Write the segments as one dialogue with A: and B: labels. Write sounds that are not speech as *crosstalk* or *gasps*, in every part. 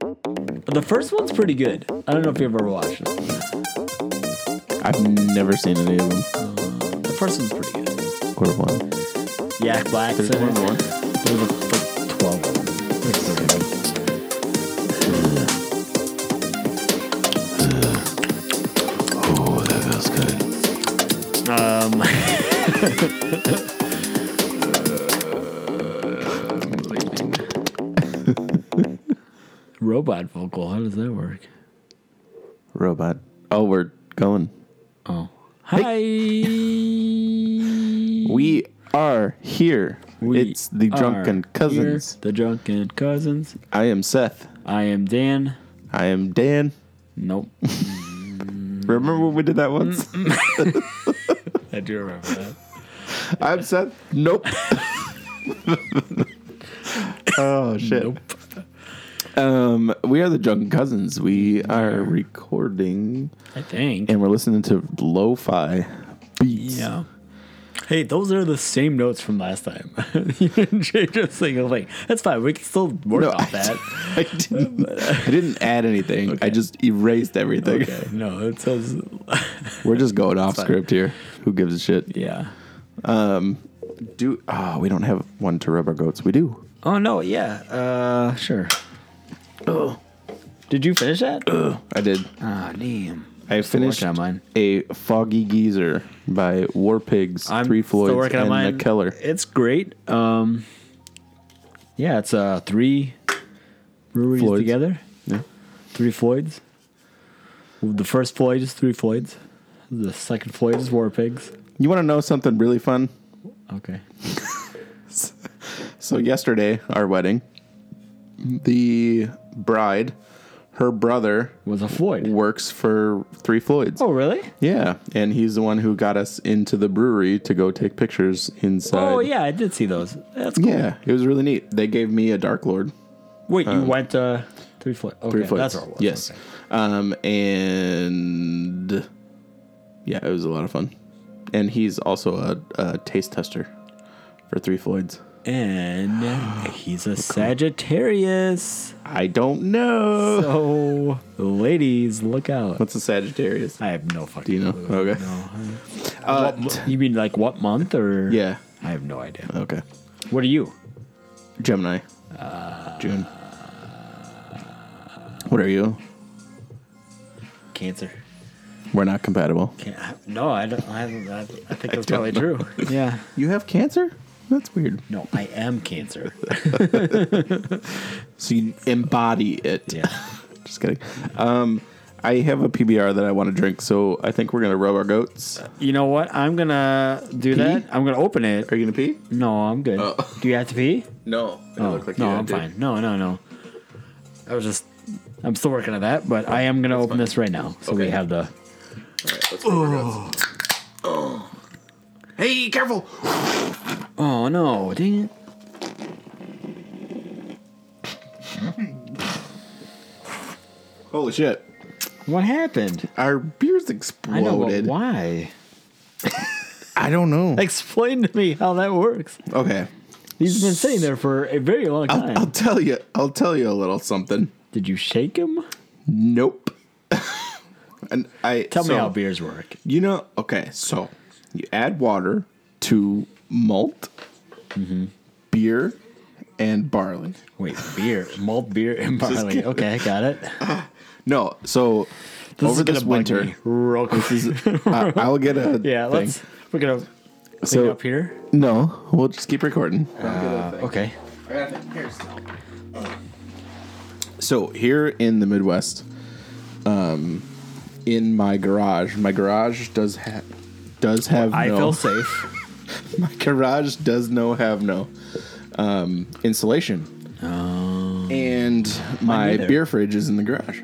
A: But the first one's pretty good. I don't know if you ever watched it.
B: I've never seen any of them.
A: The first one's pretty good.
B: Quarter one.
A: Yak Black's in
B: more
A: it.
B: than one?
A: There's like 12 of them. There's three of them.
B: Oh, that feels good.
A: Um, *laughs* robot vocal. How does that work?
B: Robot. Oh, we're going.
A: Oh, hi. *laughs*
B: We are here.
A: We
B: it's the
A: are
B: Drunken Cousins.
A: here, the drunken cousins.
B: I am Seth.
A: I am Dan.
B: I am Dan.
A: Nope.
B: Remember when we did that once?
A: *laughs* I do remember that.
B: I'm Seth.
A: *laughs*
B: Nope. oh shit.
A: Nope.
B: Um, we are the Drunken Cousins. We are recording
A: I think.
B: and we're listening to lo-fi beats.
A: Yeah. Hey, those are the same notes from last time. *laughs* you didn't change a single thing. That's fine. We can still work
B: No,
A: off
B: I-
A: that.
B: *laughs* I didn't, I didn't add anything. I just erased
A: *laughs*
B: everything.
A: Okay. No, it says. *laughs*
B: We're just going off script here. Who gives a shit?
A: Yeah.
B: Do oh, we don't have one to rub our goats. We do.
A: Oh no, yeah. Uh sure. Did you finish that? Oh
B: I did.
A: damn.
B: I finished
A: working on mine.
B: a Foggy Geezer by War Pigs, Three Floyds, and McKellar.
A: It's great. Um Yeah, it's uh three breweries
B: Floyds.
A: together.
B: Yeah.
A: Three Floyds. The first Floyd is three Floyds. The second Floyd is War Pigs.
B: You want to know something really fun?
A: Okay.
B: So yesterday, our wedding, the bride, her brother
A: Was a Floyd.
B: works for Three Floyds.
A: Oh really?
B: Yeah, and he's the one who got us into the brewery to go take pictures inside.
A: Oh yeah, I did see those. That's cool.
B: Yeah, it was really neat. They gave me a Dark Lord.
A: Wait, you went uh three Floyd. Okay,
B: Three Floyds.
A: that's where it was.
B: Yes.
A: Okay.
B: Um, and yeah, it was a lot of fun. And he's also a, a taste tester for Three Floyds.
A: And
B: *gasps*
A: he's a
B: *laughs*
A: Sagittarius.
B: I don't know.
A: *laughs* So, ladies, look out.
B: What's a Sagittarius?
A: I have no fucking
B: Do you know?
A: clue.
B: Okay.
A: What
B: Uh,
A: mo-
B: t-
A: you mean like what month or?
B: yeah.
A: I have no idea.
B: Okay.
A: What are you?
B: Gemini.
A: Uh,
B: June. What are you?
A: Cancer.
B: We're not compatible.
A: Can- no, I don't. I, haven't- *laughs* I, I think that's probably
B: don't
A: true. Yeah.
B: You have cancer? That's weird.
A: No, I am *laughs* Cancer.
B: So you embody it.
A: Yeah.
B: Just kidding. Um, I have a PBR that I want to drink, so I think we're gonna rub our goats.
A: You know what? I'm gonna do that. I'm gonna open it.
B: Are you gonna pee?
A: No, I'm good.
B: Oh.
A: Do you have to pee? *laughs*
B: No.
A: Oh, no, I'm fine. No, no, no. I was just. I'm still working on that, but I am gonna open this right now. So we
B: Okay.
A: have the.
B: Hey, careful!
A: Oh no! Dang it!
B: Holy shit!
A: What happened?
B: Our beers
A: I know,
B: exploded.
A: but why?
B: I don't know.
A: Explain to me how that works.
B: okay,
A: He's been sitting there for a very long time.
B: I'll, I'll tell you. I'll tell you a little something.
A: Did you shake him?
B: Nope. *laughs* and I
A: Tell
B: so-
A: me how beers work.
B: You know, okay, so you add water to malt,
A: Mm-hmm.
B: beer, and barley.
A: Wait, beer, malt beer, and barley.
B: kidding.
A: Okay, got
B: *laughs*
A: it.
B: No, so
A: gonna
B: over this
A: bug me
B: winter,
A: real quick.
B: this is- I- I'll get a
A: *laughs* yeah,
B: thing.
A: let's. We're gonna. So
B: So-
A: up here.
B: No, we'll just keep recording.
A: Uh, okay.
B: So here in the Midwest, um, in my garage, my garage does have does have
A: I
B: no
A: feel safe.
B: *laughs* my garage does no have no um, insulation,
A: Oh.
B: and my
A: neither.
B: beer fridge is in the garage.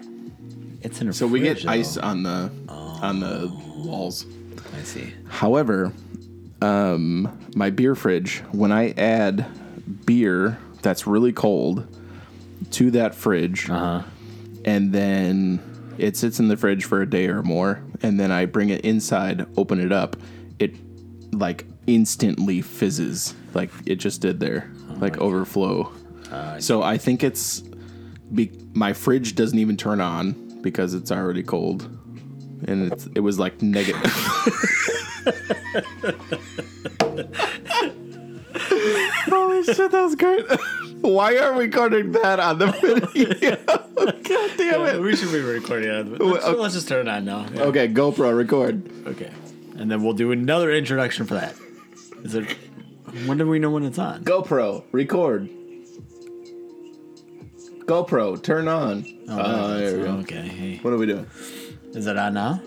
A: It's in a.
B: So we
A: fridge,
B: get
A: though. Oh.
B: ice on the on the walls.
A: I see.
B: However, um, my beer fridge, when I add beer that's really cold to that fridge,
A: Uh huh.
B: and then it sits in the fridge for a day or more, and then I bring it inside, open it up, it like instantly fizzes, like it just did there, like overflow. so I think it's be- my fridge doesn't even turn on because it's already cold, and it's, it was like negative. *laughs* Holy shit, that was great! *laughs* Why are we recording that on the *laughs* video? God damn it!
A: Oh, we should be recording on. Let's,
B: okay.
A: let's just turn it on now. Yeah.
B: Okay, GoPro, record.
A: Okay. And then we'll do another introduction for that. Is it? When do we know when it's on?
B: GoPro, record. GoPro, turn on. Oh, there we go.
A: Okay. Hey.
B: What are we doing?
A: Is it on now?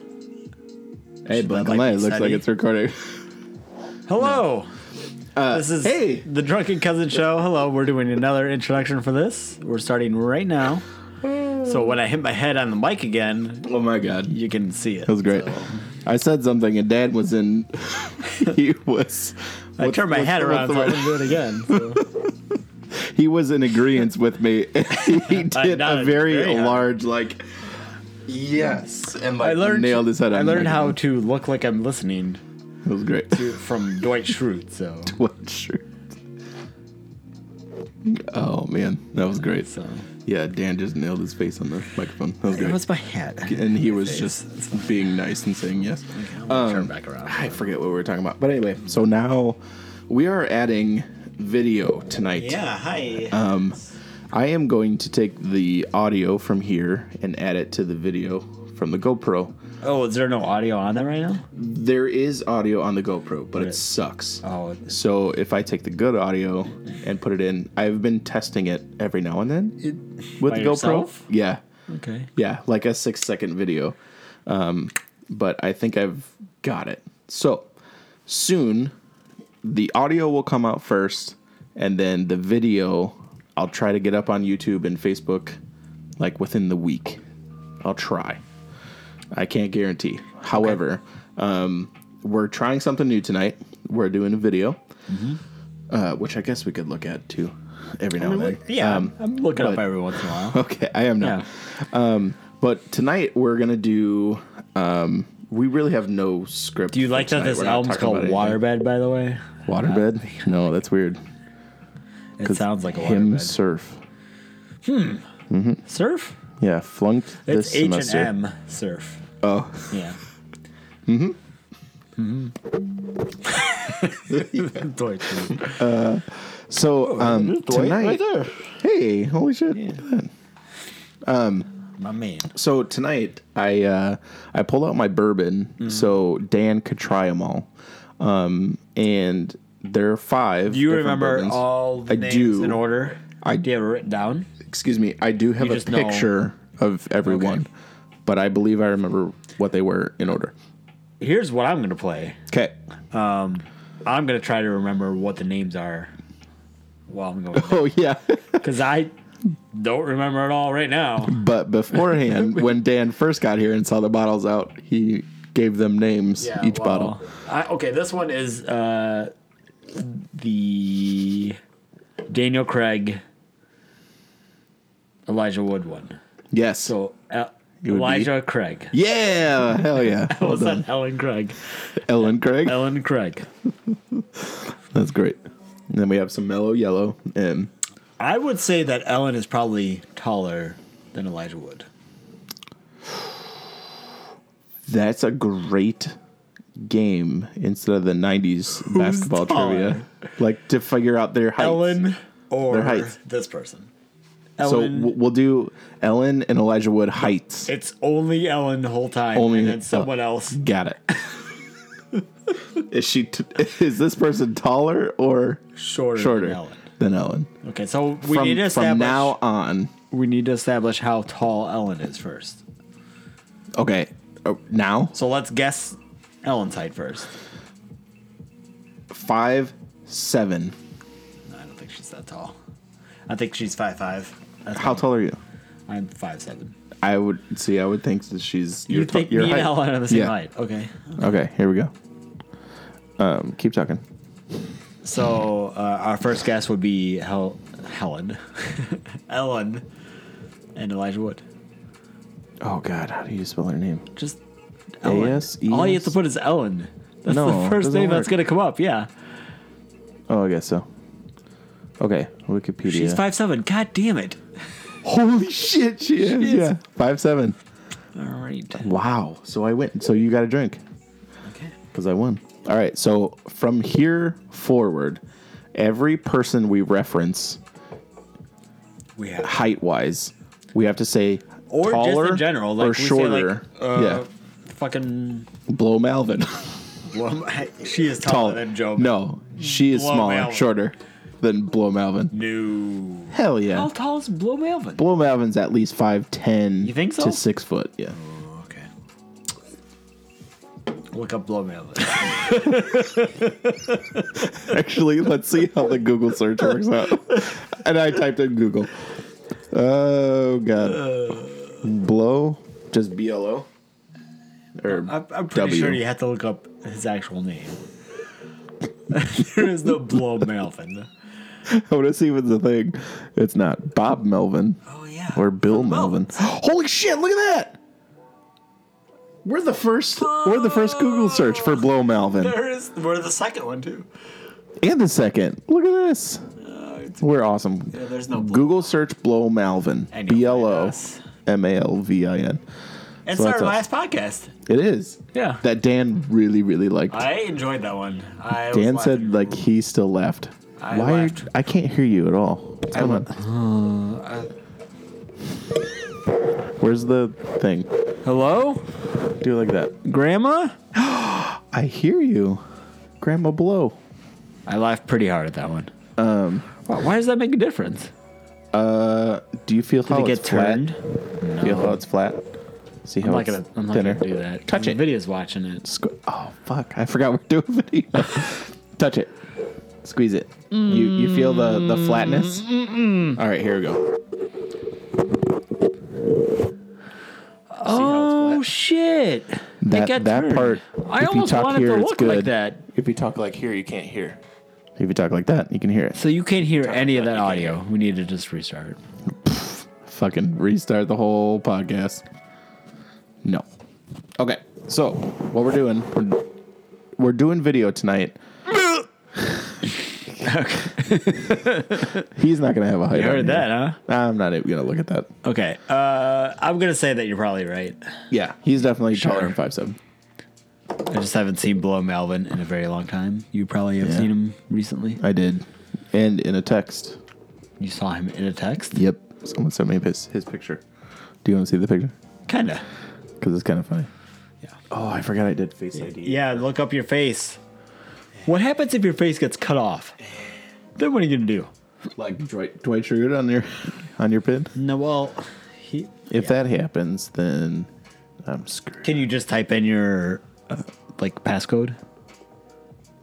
B: Hey,
A: that
B: Blink
A: like
B: and Light.
A: be
B: Looks like
A: steady?
B: it's recording. *laughs*
A: Hello.
B: Uh,
A: This is
B: hey.
A: the Drunken Cousin Show. Hello. We're doing another introduction for this. We're starting right now.
B: Hmm.
A: So when I hit my head on the mic again,
B: Oh my god, that
A: you can see it.
B: was great.
A: um,
B: I said something, and Dad
A: *laughs*
B: was in. he was.
A: I
B: what's-
A: turned my
B: what's-
A: head around so I
B: what's the
A: didn't do it again. So.
B: word? He was in agreement with me. *laughs*
A: *laughs*
B: he did
A: nodded
B: a very
A: very hard.
B: large like. Yes, and
A: *laughs*
B: like
A: I learned
B: nailed his head.
A: I
B: on
A: learned
B: the
A: how
B: microphone.
A: to look like I'm listening
B: It was great.
A: from Dwight Schrute. So,
B: *laughs* What shirt? Oh man, that was great.
A: so.
B: Yeah, Dan just nailed his face on the microphone. That was
A: it
B: great.
A: was my head.
B: And he was just being nice and saying yes. Um,
A: turn back around.
B: I forget what we were talking about. But anyway, so now we are adding video tonight.
A: Yeah, hi.
B: Um, I am going to take the audio from here and add it to the video from the GoPro.
A: oh, is there no audio on that right now?
B: There is audio on the GoPro, but it sucks.
A: Oh, it-
B: So if I take the good audio and put it in, I've been testing it every now and then with
A: By
B: the GoPro.
A: yourself?
B: Yeah.
A: okay.
B: Yeah, like a six second video. Um, but I think I've got it. So soon, the audio will come out first, and then the video I'll try to get up on YouTube and Facebook like within the week. I'll try. I can't guarantee. However, um, we're trying something new tonight. We're doing a video,
A: Mm-hmm.
B: uh, which I guess we could look at too every now and then.
A: Yeah, I'm looking up
B: Um, but-
A: every once in a while.
B: *laughs* Okay, I am now.
A: Yeah.
B: But tonight we're gonna do. Um, we really have no script.
A: Do you like that this album's called Waterbed, by the way?
B: Waterbed? No, that's weird.
A: It sounds like a
B: Him
A: waterbed.
B: surf.
A: surf?
B: Yeah, flunked
A: It's
B: this
A: H
B: semester.
A: and M surf.
B: Oh,
A: *laughs* Yeah. Mm-hmm. *laughs* Mm-hmm.
B: so um, tonight.
A: there.
B: Hey, holy shit!
A: My man.
B: So tonight I uh, I pulled out my bourbon
A: Mm-hmm.
B: so Dan could try them all, um, and there are five.
A: Do you
B: different
A: remember
B: bourbons.
A: all the
B: I
A: names
B: do.
A: in order?
B: I-
A: do you have it written down?
B: Excuse me. I do have
A: You
B: a
A: just know-
B: picture of everyone, but I believe I remember what they were in order.
A: Here's what I'm gonna play.
B: Okay.
A: I'm gonna try to remember what the names are while I'm going *laughs*
B: Oh yeah.
A: because I don't remember it all right now.
B: *laughs* but
A: *laughs*
B: beforehand, when Dan first got here and saw the bottles out, he gave them names each
A: well,
B: bottle.
A: I, okay, this one is uh, the Daniel Craig, Elijah Wood one.
B: Yes.
A: So uh,
B: would be-
A: Elijah Craig.
B: yeah.
A: *laughs*
B: Hell yeah.
A: Well,
B: *laughs* Well
A: it's
B: done.
A: not Ellen Craig.
B: Ellen Craig.
A: Ellen Craig.
B: That's great. And then we have some mellow yellow and
A: I would say that Ellen is probably taller than Elijah Wood.
B: That's a great game instead of the 90s basketball
A: taller?
B: trivia. Like to figure out their heights.
A: Ellen
B: Their
A: or
B: heights.
A: this person.
B: so
A: Ellen.
B: w- we'll do Ellen and Elijah Wood heights.
A: it's only Ellen the whole time,
B: Only-
A: and then someone else.
B: Got it.
A: *laughs*
B: is she? T- is this person taller or
A: shorter,
B: shorter
A: than Ellen.
B: than Ellen?
A: Okay, so we
B: from,
A: need to establish
B: from now on.
A: we need to establish how tall Ellen is first.
B: Okay, oh, now
A: So let's guess Ellen's height first.
B: five seven.
A: No, I don't think she's that tall. I think she's five five. That's
B: How tall are you?
A: I'm five seven.
B: I would see. I would think that she's.
A: You
B: your
A: think
B: your
A: me and
B: height.
A: Ellen are the same
B: Yeah.
A: height? Okay.
B: Okay, here we go. Um, keep talking.
A: So uh, our first guess would be Hel- Helen, *laughs* Ellen, and Elijah Wood.
B: Oh God, how do you spell her name?
A: Just Ellen.
B: AS?
A: All you have to put is Ellen. That's
B: E No,
A: the
B: it
A: first
B: doesn't
A: name that's
B: work.
A: gonna come up. Yeah.
B: Oh, I guess so. Okay, Wikipedia.
A: She's five seven. God damn it.
B: Holy shit, she is.
A: is.
B: Yeah. Five seven.
A: All right.
B: Wow. So I went. So you got a drink
A: Okay.
B: because I won. All right. So from here forward, every person we reference
A: We have.
B: height wise, we have to say
A: Or just in
B: taller
A: general, like
B: or
A: we say, like,
B: shorter.
A: uh,
B: yeah.
A: Fucking.
B: Blow Malvin.
A: *laughs*
B: *laughs*
A: Well, *laughs* she is taller
B: Tall.
A: than Joe.
B: No, she is
A: Blow
B: smaller,
A: Malvin.
B: shorter than Blow Malvin.
A: No.
B: Hell yeah.
A: How tall is Blue Melvin?
B: Blow Malvin's at least five ten.
A: You think so?
B: To six foot. Yeah. *laughs*
A: Okay. Look up Blow Melvin.
B: Actually, let's see how the Google search works out. *laughs* And I typed in Google. Oh god. Blow. Just B L O. Or
A: I'm, I'm pretty
B: W.
A: sure you have to look up his actual name. *laughs* there is no Blow Melvin.
B: *laughs* I want to see what's the thing. It's not Bob Melvin
A: Oh yeah.
B: or Bill Melvin. Holy shit! Look at that. We're the first. We're the first Google search for Blow Melvin,
A: There is. We're the second one too.
B: and the second. Look at this. We're awesome.
A: Yeah, there's no Blow.
B: Google search Blow Malvin.
A: And you'll
B: B L
A: find
B: O
A: us.
B: M A L V I N.
A: It's
B: So
A: our
B: that's
A: last
B: us.
A: podcast.
B: It is.
A: Yeah.
B: That Dan really, really liked.
A: I enjoyed that one. I was
B: Dan
A: laughing.
B: said like he still left.
A: I
B: Why?
A: laughed.
B: I can't hear you at all. What's going on?
A: Uh,
B: Where's the thing?
A: "Hello,
B: Do it like that.
A: Grandma."
B: I hear you, Grandma Blow.
A: I laughed pretty hard at that one. Um, wow, why does that make a difference?
B: Uh, do you feel how
A: Did it
B: it's
A: get turned?
B: flat? Feel how it's flat? See how
A: I'm not
B: it's
A: gonna. I'm not
B: thinner.
A: gonna do that.
B: Touch
A: the
B: it.
A: Video's watching it.
B: Squ- oh fuck! I forgot we're doing *laughs* video. Touch it. Squeeze it. You you feel the the flatness? All right, here we go.
A: Oh shit!
B: That
A: it got
B: that
A: turned.
B: part.
A: I
B: if you
A: almost
B: talk
A: wanted
B: here,
A: to
B: it's
A: look
B: good.
A: like that,
B: If you talk like here, you can't hear. If you talk like that, you can hear it.
A: so you can't hear any of that audio. We need to just restart.
B: Fucking restart the whole podcast. No. Okay, so what we're doing? We're, we're doing video *laughs* tonight. *laughs* He's not gonna have a height.
A: You heard
B: on here.
A: that, huh?
B: I'm not even gonna look at that.
A: Okay. Uh, I'm gonna say that you're probably right.
B: Yeah, he's definitely
A: Sure.
B: taller than five seven.
A: I just haven't seen Blow Melvin in a very long time. You probably have
B: Yeah.
A: seen him recently.
B: I did, and in a text.
A: You saw him in a text.
B: Yep, someone sent me his his picture. Do you want to see the picture?
A: Kinda.
B: Because it's kind of funny.
A: Yeah.
B: Oh, I forgot I did Face ID.
A: Yeah. Look up your face. What happens if your face gets cut off? Then what are you gonna do?
B: Like Dwight, Dwight Schrute on your *laughs* on your pin.
A: No, well, he.
B: If that happens, then I'm screwed.
A: Can you just type in your uh, like passcode?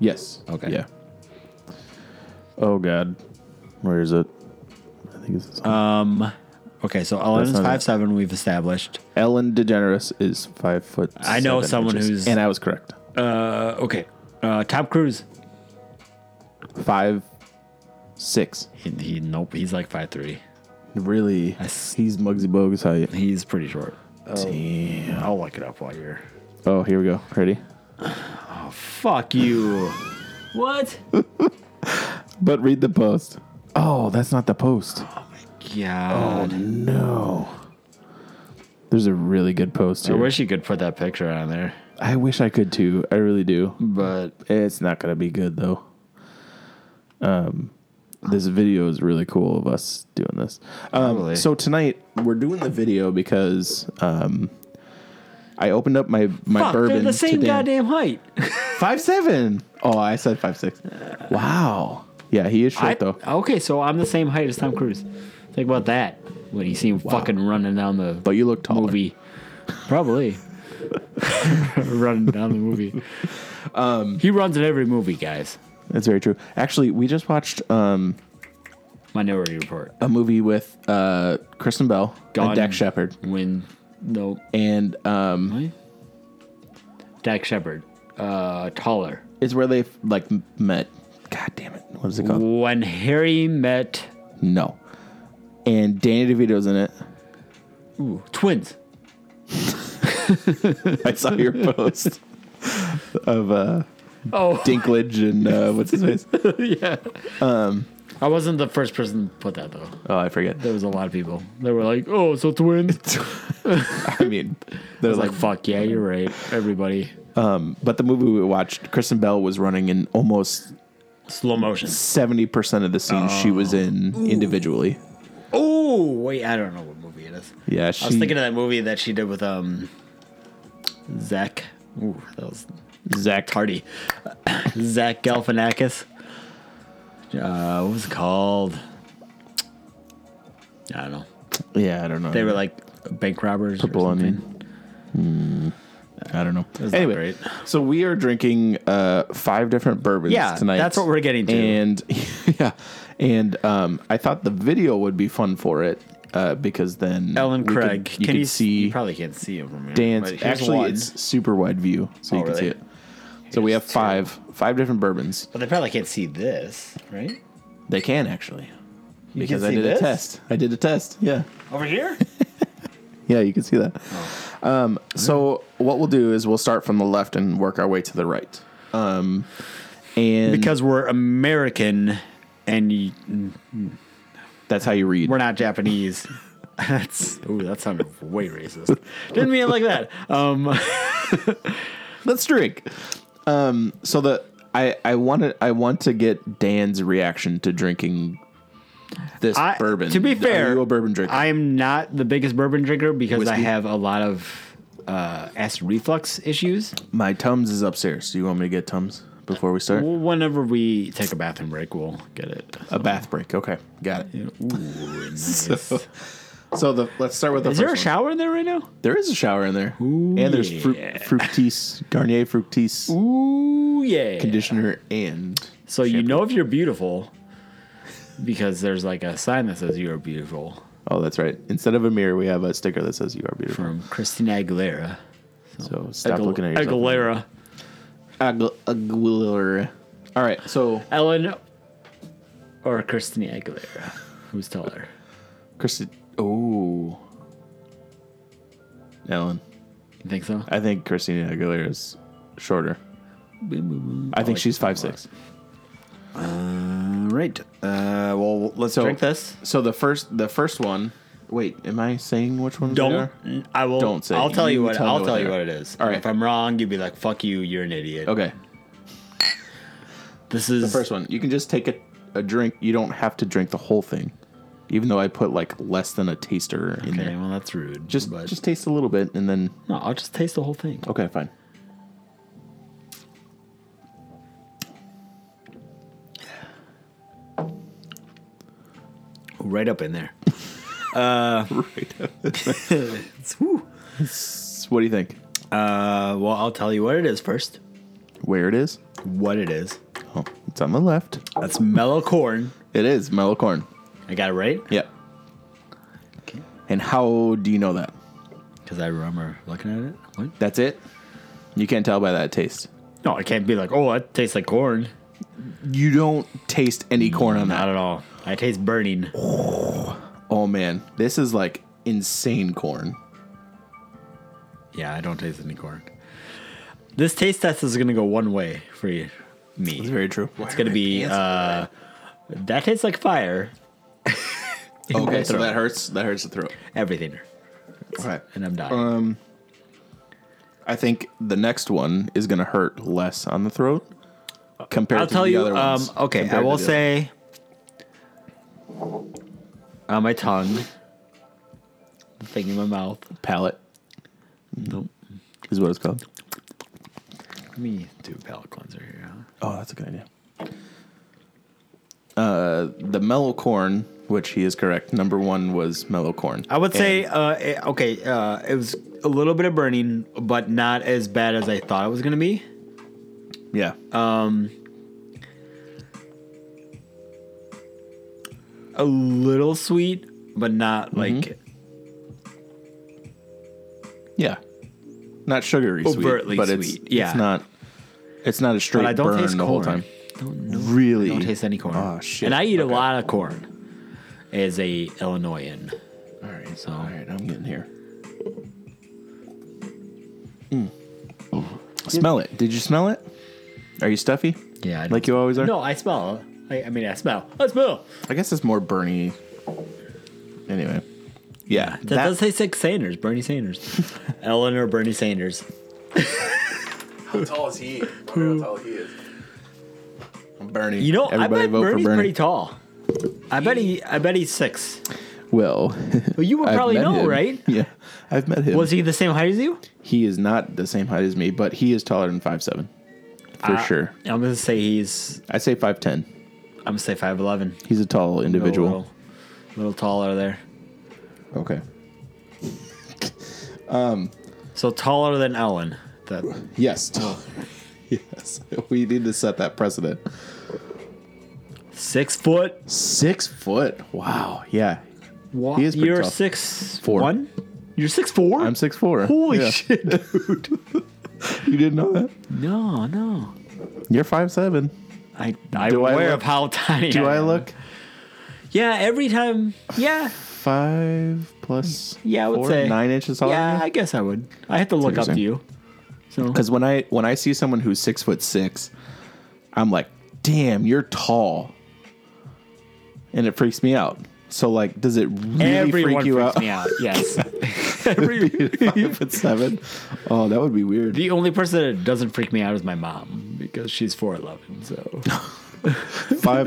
B: yes.
A: Okay.
B: Yeah. Oh God, where is it? I think it's this one.
A: Um. Okay, so Ellen's
B: not it.
A: five seven. We've established.
B: Ellen DeGeneres is five foot.
A: I know
B: seven
A: someone
B: inches.
A: who's-
B: and I was correct.
A: Uh, okay. Uh, Tom Cruise.
B: Five, six.
A: He, he nope. He's like five three.
B: Really?
A: s-
B: He's Muggsy Bogues height.
A: He's pretty short. Damn. I'll look it up while you're.
B: Oh, here we go. Ready?
A: Fuck you. what?
B: But read the post. Oh, that's not the post.
A: God.
B: No. There's a really good post
A: I
B: here.
A: wish you could put that picture on there,
B: I wish I could too. I really do.
A: but
B: It's not gonna be good though. Um, this video is really cool of us doing this. Um,
A: Probably.
B: so tonight we're doing the video because um, I opened up my my
A: fuck,
B: bourbon.
A: they're the same
B: today.
A: goddamn height.
B: five seven. Oh, I said five six. Wow. Yeah, he is short
A: I-
B: though.
A: okay, so I'm the same height as Tom Cruise. Think about that when you see him fucking running down the
B: But you look taller.
A: movie.
B: *laughs*
A: Probably. Running down the movie. Um, he runs in every movie, guys.
B: That's very true. Actually, we just watched um,
A: Minority Report.
B: a movie with uh, Kristen Bell
A: Gone.
B: and Dak Shepard,
A: When no
B: and um,
A: what? Dak Shepard. Uh taller.
B: it's where they like met. God damn it! What is it called?
A: When Harry met
B: No. And Danny DeVito's in it.
A: ooh, twins.
B: *laughs* I saw your post of uh,
A: Oh
B: Oh,
A: *laughs*
B: Dinklage and uh, what's his face.
A: yeah. I wasn't the first person to put that though.
B: *laughs* Oh, I forget.
A: There was a lot of people. They were like, "Oh, so twins."
B: I mean,
A: I
B: there's
A: was like, *laughs*
B: *laughs* like,
A: "Fuck yeah, you're right, everybody."
B: but the movie we watched, Kristen Bell was running in almost
A: Slow motion.
B: seventy percent of the scenes she was in individually.
A: Oh wait, I don't know what movie it is.
B: Yeah, she,
A: I was thinking of that movie that she did with um Zach. Ooh, that was *coughs*
B: Zach
A: tardy. Zach Galifianakis. Uh, what was it called? I don't know.
B: Yeah, I don't know.
A: They were like bank robbers.
B: Purple
A: or
B: Onion.
A: something.
B: I don't know.
A: was not
B: Anyway,
A: great.
B: so we are drinking uh, five different bourbons
A: Yeah,
B: tonight.
A: that's what we're getting to.
B: And *laughs* yeah, and um, I thought the video would be fun for it uh, because then
A: Ellen
B: we could-
A: Craig.
B: you can
A: you,
B: see
A: You probably can't see him from here.
B: dance.
A: but here's
B: Actually,
A: one.
B: it's super wide view, so
A: Oh,
B: you can see
A: really?
B: it. So we have
A: Here's two.
B: five five different bourbons.
A: But they probably can't see this, right?
B: They can actually because I
A: see
B: did
A: this?
B: a test. I did a test. Yeah.
A: Over here?
B: Yeah, you can see that.
A: Oh.
B: Um, so what we'll do is we'll start from the left and work our way to the right. Um, and
A: because we're American and you,
B: that's how you read.
A: we're not Japanese. *laughs* That's ooh, that sounded way racist. Didn't mean it like that. Um,
B: Let's drink. Um, so the I I wanted I want to get Dan's reaction to drinking this
A: I,
B: bourbon.
A: To be fair,
B: are you a bourbon drinker?
A: I am not the biggest bourbon drinker because I
B: Whiskey?
A: have a lot of uh, acid reflux issues.
B: My tums is upstairs. Do you want me to get tums before we start?
A: Well, whenever we take a bathroom break, we'll get it.
B: A bath break. Okay, got it.
A: Ooh, nice.
B: *laughs* So the let's start with the
A: Is
B: first
A: there a
B: one.
A: shower in there right now?
B: There is a shower in there, and there's fruit,
A: yeah.
B: fructis, Garnier fructis
A: Ooh, yeah.
B: conditioner and
A: So you know if you're beautiful because there's like a sign that says you are beautiful
B: Oh, that's right. Instead of a mirror, we have a sticker that says "You are beautiful."
A: from Christina Aguilera.
B: So stop
A: Agu-
B: looking at yourself.
A: Aguilera.
B: Agu- Aguilera. All right, so
A: Ellen or Christina Aguilera. Who's taller?
B: Kristen. Oh, Ellen.
A: You think so?
B: I think Christina Aguilera is shorter. I
A: Oh,
B: think she's five six.
A: All right. Uh, well, let's
B: So
A: drink this.
B: So the first, the first one. Wait, am I saying which one?
A: Don't. I will.
B: Don't say.
A: I'll tell you,
B: You
A: what.
B: tell me
A: I'll
B: what
A: tell
B: they
A: you
B: are.
A: what it is.
B: All right.
A: If I'm wrong, you'd be like, "Fuck you. You're an idiot."
B: Okay,
A: This is
B: first one. You can just take a, a drink. You don't have to drink the whole thing, even though I put like less than a taster in
A: Okay.
B: there.
A: Well, that's rude.
B: Just,
A: but-
B: just taste a little bit, and then
A: no. I'll just taste the whole thing. *laughs*
B: Okay, fine.
A: Right up in
B: *laughs*
A: there. It's, woo.
B: So what do you think?
A: Uh, well, I'll tell you what it is first.
B: Where it is?
A: What it is.
B: Oh, it's on the left.
A: That's mellow corn.
B: It is mellow corn.
A: I got it right
B: Yep. And how do you know that?
A: because I remember looking at it. What?
B: That's it. You can't tell by that taste.
A: No, I can't be like, oh, that tastes like corn.
B: You don't taste any corn on
A: Not
B: that.
A: at all. I taste burning.
B: Oh man, this is like insane corn.
A: Yeah, I don't taste any corn. This taste test is gonna go one way for you, me.
B: very true.
A: It's gonna be uh, that tastes like fire.
B: okay. So
A: uh, throat.
B: that hurts. That hurts the throat.
A: Everything,
B: Okay.
A: and I'm dying.
B: I think the next one is gonna hurt less on the throat compared
A: I'll
B: to
A: tell
B: the
A: you.
B: other
A: Um,
B: ones.
A: okay, I
B: compared to
A: will
B: the other-
A: say on my tongue, the thing in my mouth.
B: palate
A: Nope.
B: is what it's called.
A: Let me do a palate cleanser here. Huh?
B: Oh, that's a good idea. Uh, the mellow corn, which he is correct, number one was mellow corn.
A: I would
B: And
A: say, uh, eh, okay, uh, it was a little bit of burning, but not as bad as I thought it was gonna be.
B: yeah,
A: Uh, A little sweet, but
B: Mm-hmm.
A: not like
B: yeah, not sugary, sweet,
A: overtly
B: but it's-
A: sweet,
B: It's,
A: yeah.
B: not. It's not a straight
A: But I don't
B: burn
A: taste
B: the whole
A: corn.
B: time.
A: Don't, no,
B: Really?
A: don't taste any corn.
B: Oh shit!
A: And I eat
B: Okay.
A: a lot of corn as a Illinoisan.
B: All right,
A: so-
B: all right, I'm getting here. Mm. Smell it? Did you smell it? Are you stuffy?
A: Yeah, I
B: like
A: don't-
B: you always are.
A: No, I smell. it. I, I mean, I smell. I smell.
B: I guess it's more Bernie. Anyway, yeah,
A: That, does say six Sanders, Bernie
B: *laughs*
A: Sanders. Eleanor Bernie Sanders.
C: How tall is he? I wonder how tall he is.
B: Bernie.
A: You know,
B: everybody
A: I bet
B: vote
A: Bernie's
B: for Bernie.
A: pretty tall. I bet he. I bet he's six.
B: well,
A: Well, *laughs* you would
B: *laughs* I've
A: probably
B: met
A: know,
B: him.
A: right?
B: Yeah, I've met him.
A: Was he the same height as you?
B: He is not the same height as me, but he is taller than five seven, for
A: Ah.
B: sure.
A: I'm gonna say he's.
B: I say five ten.
A: I'm gonna say five eleven.
B: He's a tall individual.
A: little, little taller there.
B: Okay.
A: So taller than Ellen. That
B: Yes. taller. *laughs* yes. *laughs* We need to set that precedent.
A: six foot.
B: Six foot. Wow. Yeah.
A: Wa-
B: He is pretty
A: You're
B: tough.
A: six
B: Four.
A: one? You're six four.
B: I'm six four.
A: Holy shit! *laughs*
B: You didn't know that?
A: No, no.
B: You're five seven.
A: I I
B: Do I
A: aware
B: look-
A: of how tiny.
B: Do I
A: am.
B: look
A: Yeah, every time. Yeah,
B: five plus?
A: Yeah, I would
B: four?
A: say-
B: nine inches taller.
A: yeah. I guess I would. I have to look up to you. So
B: Because when I when I see someone who's six foot six, I'm like, damn, you're tall, and it freaks me out. So like, does it really
A: everyone
B: freak you
A: freaks
B: out?
A: me out.
B: *laughs*
A: Yes.
B: five foot seven. Oh, that would be
A: *laughs*
B: weird.
A: the only person that doesn't freak me out is my mom because she's four eleven. So
B: *laughs* Five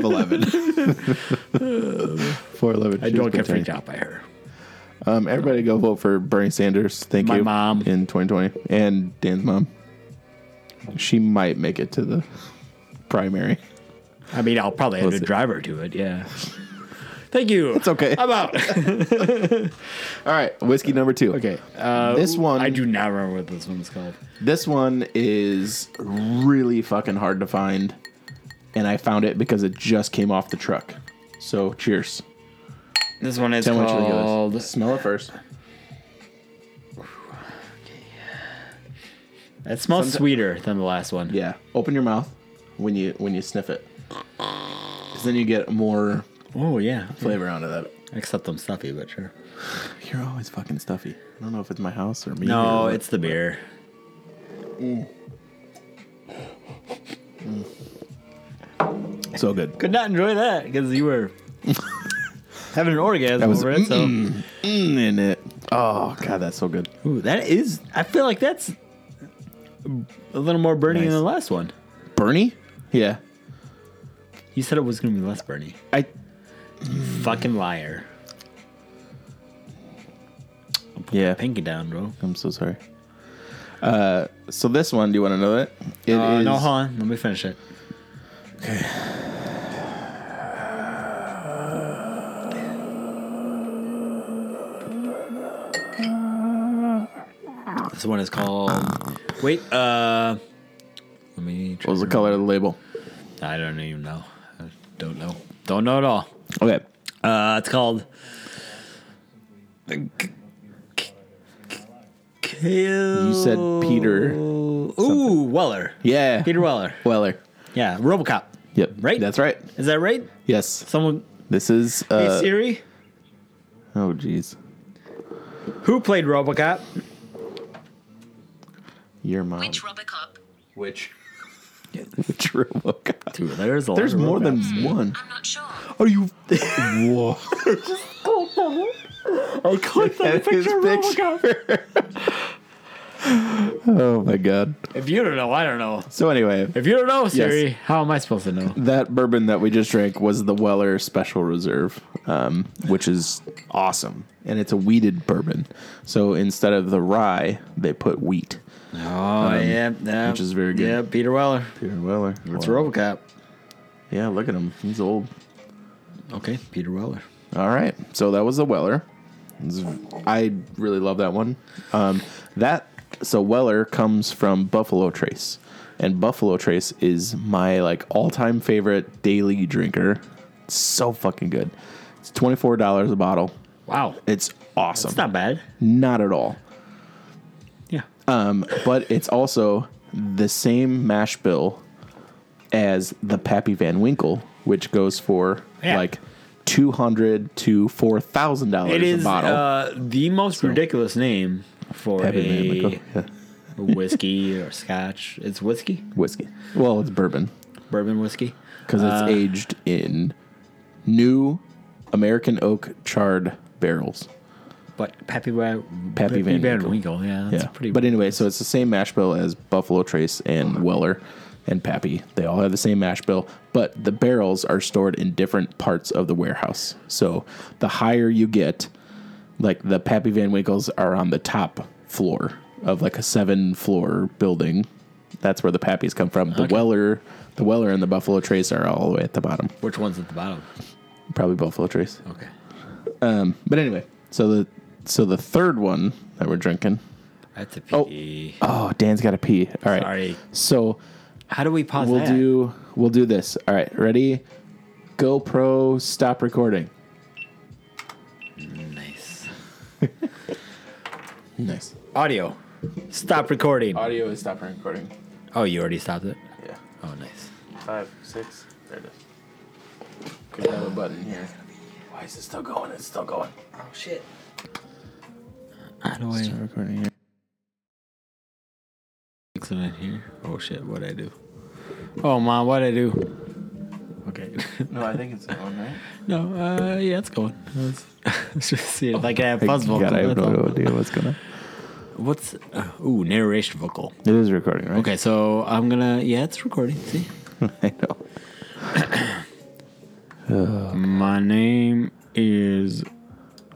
A: *laughs*
B: eleven. Four eleven.
A: I don't get freaked out by her.
B: Um, everybody go vote for Bernie Sanders. Thank
A: My
B: you.
A: mom.
B: in 2020 and Dan's mom. She might make it to the primary.
A: I mean, I'll probably have to
B: see.
A: drive her to it. Yeah. Thank you. It's
B: okay.
A: I'm
B: *laughs*
A: out.
B: All right, whiskey number two.
A: okay. Uh,
B: This one-
A: I do not remember what this one's called.
B: This one is really fucking hard to find, and I found it because it just came off the truck. So cheers.
A: This one is
B: Tell me what you think of
A: called.
B: this. Smell it first.
A: It smells sweeter than the last one.
B: Yeah. Open your mouth when you when you sniff it, 'Cause then you get more
A: Oh yeah.
B: flavor onto that.
A: Except I'm stuffy, but sure.
B: You're always fucking stuffy. I don't know if it's my house or me.
A: No,
B: here, but-
A: it's the beer.
B: so good.
A: Could not enjoy that because you
B: *laughs*
A: were having an orgasm
B: was-
A: over it. So,
B: Mm, in it. Oh god, that's so good.
A: Ooh, that is. I feel like that's a little more burning
B: Nice.
A: than the last one.
B: Bernie? Yeah.
A: You said it was going to be less burning.
B: I
A: Fucking liar.
B: yeah.
A: Pinky down, bro.
B: I'm so sorry. Uh, so this one, do you want to know it? It is
A: Uh, no, hold on. Let me finish it. Okay. This one is called. Wait, uh. Let me. Try
B: What was the color of the label?
A: I don't even know. I don't know. Don't know at all.
B: Okay.
A: Uh, it's called. Kill.
B: You said Peter.
A: Ooh, Weller.
B: Yeah.
A: Peter Weller.
B: Weller.
A: Yeah, RoboCop.
B: Yep.
A: Right?
B: That's right.
A: Is that right?
B: Yes.
A: Someone.
B: This is uh
A: hey Siri,
B: Oh jeez.
A: who played RoboCop?
B: Your mom.
D: Which rubber cup?
B: Which Which *laughs* RoboCop?
A: Dude, there's a
B: There's more than one.
D: I'm not sure.
B: Are *laughs* you Whoa.
A: I clicked on the
B: His
A: picture of
B: picture.
A: RoboCop.
B: Oh my god.
A: If you don't know, I don't know.
B: So anyway,
A: If you don't know, Siri, how am I supposed to know?
B: that bourbon that we just drank was the Weller Special Reserve, um, which is awesome, and it's a wheated bourbon. So instead of the rye, they put wheat.
A: Oh yeah, yeah,
B: which is very good.
A: Yeah, Peter Weller.
B: Peter Weller,
A: It's
B: Wow.
A: RoboCop.
B: Yeah, look at him. He's old.
A: Okay, Peter Weller.
B: All right, so that was the Weller. It's- I really love that one. Um, that so Weller comes from Buffalo Trace, and Buffalo Trace is my like all-time favorite daily drinker. It's so fucking good. It's twenty-four dollars a bottle.
A: Wow,
B: It's awesome.
A: it's not bad.
B: Not at all.
A: Yeah,
B: Um, but it's also the same mash bill as the Pappy Van Winkle, which goes for
A: Yeah.
B: like two hundred to four thousand
A: it
B: dollars a
A: is
B: bottle.
A: uh, the most ridiculous name for
B: Pappy Van
A: a
B: *laughs* Winkle, yeah.
A: whiskey or Scotch. It's whiskey,
B: whiskey. Well, it's bourbon.
A: bourbon whiskey.
B: because it's aged in new American oak charred barrels.
A: But Pappy, Wa-
B: Pappy Van Winkle.
A: Winkle, yeah, that's
B: Yeah,
A: pretty.
B: but anyway, so it's the same mash bill as Buffalo Trace and Weller and Pappy. They all have the same mash bill, but the barrels are stored in different parts of the warehouse. So the higher you get, like the Pappy Van Winkles are on the top floor of like a seven floor building. That's where the Pappies come from. The Weller, the Weller and the Buffalo Trace are all the way at the bottom.
A: which one's at the bottom?
B: Probably Buffalo Trace.
A: Okay,
B: But anyway, so the so the third one that we're drinking.
A: that's a P.
B: Oh. Oh, Dan's got to pee. All right.
A: Sorry.
B: So
A: How do we pause
B: We'll
A: that?
B: do we'll do this. All right, ready? GoPro stop recording.
A: nice
B: Nice.
A: audio. Stop recording.
B: Audio is stopping recording.
A: Oh, you already stopped it.
B: Yeah.
A: Oh, nice.
B: Five, six, there it is. Could have a button here. Why is it still going? It's still going.
D: Oh shit.
A: How do I
B: recording here.
A: fix it in here? Oh shit! What would I do? Oh mom, what would I do? Okay. *laughs*
B: No, I think it's going, *laughs* right?
A: no. Uh, yeah, it's going. Let's, let's *laughs* just see if Oh, I can have
B: Buzz
A: buzz
B: God, I have
A: vocals. *laughs*
B: no idea what's going on.
A: What's uh, ooh narration vocal?
B: It is recording, right?
A: Okay, so I'm gonna yeah, it's recording. See,
B: *laughs* I know.
A: my name is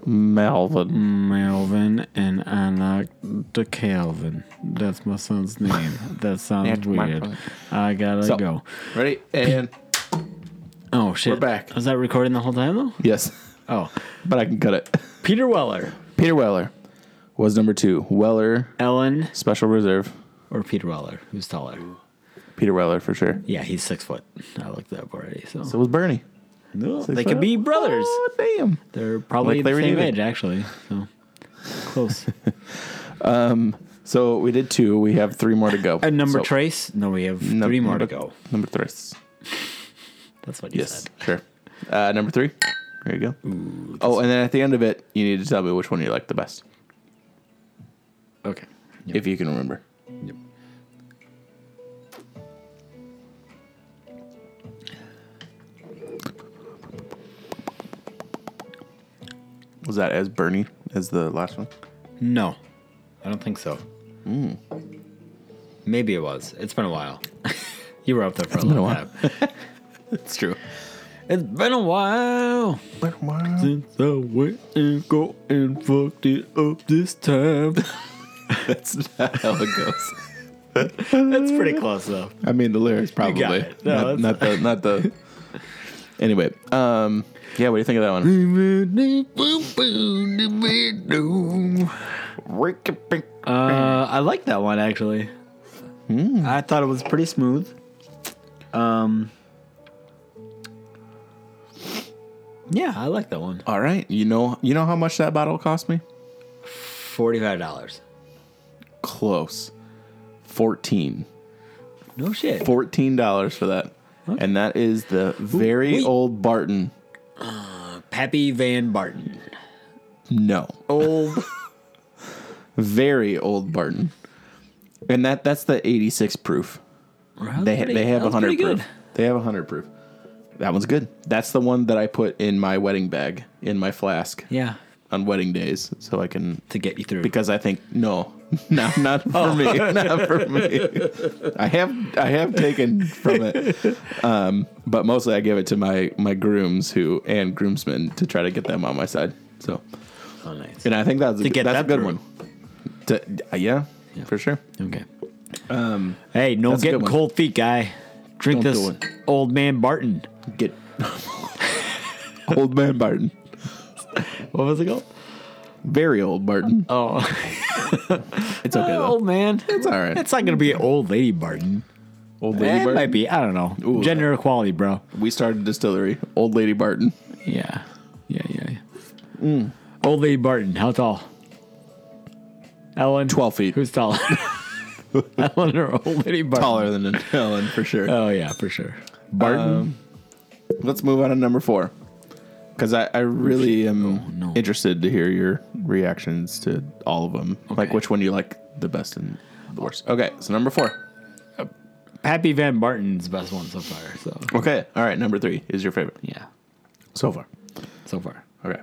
B: Malvin.
A: Melvin, and I like the Calvin. That's my son's name. That *laughs* sounds
B: That's my
A: weird.
B: son.
A: I gotta
B: So-
A: go.
B: Ready? And
A: *laughs* Oh shit!
B: back.
A: Was that recording the whole time though?
B: yes,
A: Oh,
B: *laughs* but I can cut it.
A: Peter Weller,
B: Peter Weller was number two. Weller
A: Ellen,
B: Special Reserve.
A: or Peter Weller, who's taller?
B: Peter Weller for sure.
A: Yeah, he's six foot. I looked it up already. So,
B: So was Bernie.
A: No, they
B: Six
A: could
B: foot?
A: be brothers.
B: Oh, damn.
A: They're probably
B: Like
A: the
B: Larry
A: same
B: David.
A: age actually. So *laughs* close.
B: So we did two. We have three more to go.
A: A number
B: So-
A: trace? No, we have
B: num-
A: three more
B: number,
A: to go.
B: Number three.
A: That's what you
B: Yes,
A: said.
B: sure. Uh, number three. There you go. oh, and then at the end of it, you need to tell me which one you like the best,
A: Okay.
B: if you can remember. Was that as Bernie as the last one?
A: No, I don't think so.
B: Mm.
A: Maybe it was. It's been a
B: *laughs*
A: while. you were up there for a
B: been a
A: long
B: while.
A: time.
B: *laughs* It's true.
A: it's been a while since I went and go and fucked it up this
B: *laughs*
A: time.
B: *laughs* That's not how it goes.
A: That's pretty close though.
B: I mean, the lyrics probably.
A: it. No,
B: not, not the not the. *laughs* Anyway, um, yeah. What do you think of that one?
A: Uh, I like that one actually.
B: Hmm.
A: I thought it was pretty smooth. Um, yeah, I like that one.
B: All right. You know, you know how much that bottle cost me?
A: Forty-five dollars.
B: Close. Fourteen.
A: No shit.
B: Fourteen dollars for that, and that is the very
A: wait.
B: old Barton.
A: Pappy Van Barton.
B: No,
A: Old.
B: *laughs* very old Barton, and that that's the eighty-six proof. They ha- they have a hundred proof. They have a hundred proof. That one's good. That's the one that I put in my wedding bag in my flask.
A: Yeah,
B: on wedding days so I can
A: to get you through.
B: because I think no, *laughs* no, not for me,
A: Oh.
B: *laughs* not for me. I have I have taken from it, um, but mostly I give it to my my grooms who and groomsmen to try to get them on my side. So
A: oh, nice.
B: and I think that's a,
A: get
B: that's a
A: that
B: good
A: through.
B: one. To, uh, yeah, for sure.
A: Okay. hey, no
B: Um, that's a good
A: getting
B: one.
A: cold feet, guy. Drink
B: Don't
A: this,
B: do it.
A: old man Barton.
B: Get *laughs* old man Barton,
A: What was it called?
B: very old Barton.
A: Oh,
B: It's okay
A: old
B: though.
A: man.
B: It's all right.
A: It's not gonna be old lady Barton.
B: Old
A: Eh,
B: lady
A: it might
B: Barton.
A: be. I don't know.
B: Ooh,
A: Gender equality, bro.
B: We started a distillery. Old lady Barton.
A: Yeah. Yeah, yeah, yeah. Mm. Old lady Barton, how tall? Ellen.
B: 12 feet.
A: Who's
B: *laughs*
A: taller? Ellen or old lady Barton?
B: Taller than an Ellen for sure.
A: Oh, yeah, for sure. Barton.
B: Um, Let's move on to number four. Because I, I really am
A: no.
B: interested to hear your reactions to all of them. Like
A: Okay.
B: which one you like the best and the worst. Okay, so number four.
A: Happy Van Barton's best one so far. So
B: Okay. All right. Number three is your favorite
A: yeah,
B: so far.
A: so far.
B: Okay.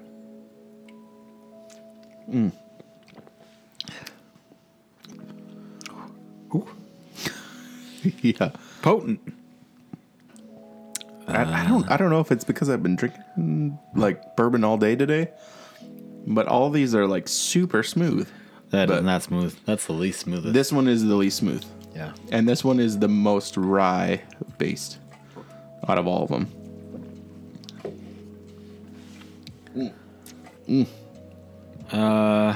B: Mm. *laughs* yeah.
A: Potent.
B: I, I don't. I don't know if it's because I've been drinking like bourbon all day today, but all these are like super smooth.
A: That is
B: But-
A: not smooth. That's the least smoothest.
B: This one is the least smooth,
A: yeah.
B: and this one is the most rye based out of all of them.
A: Mm. Uh,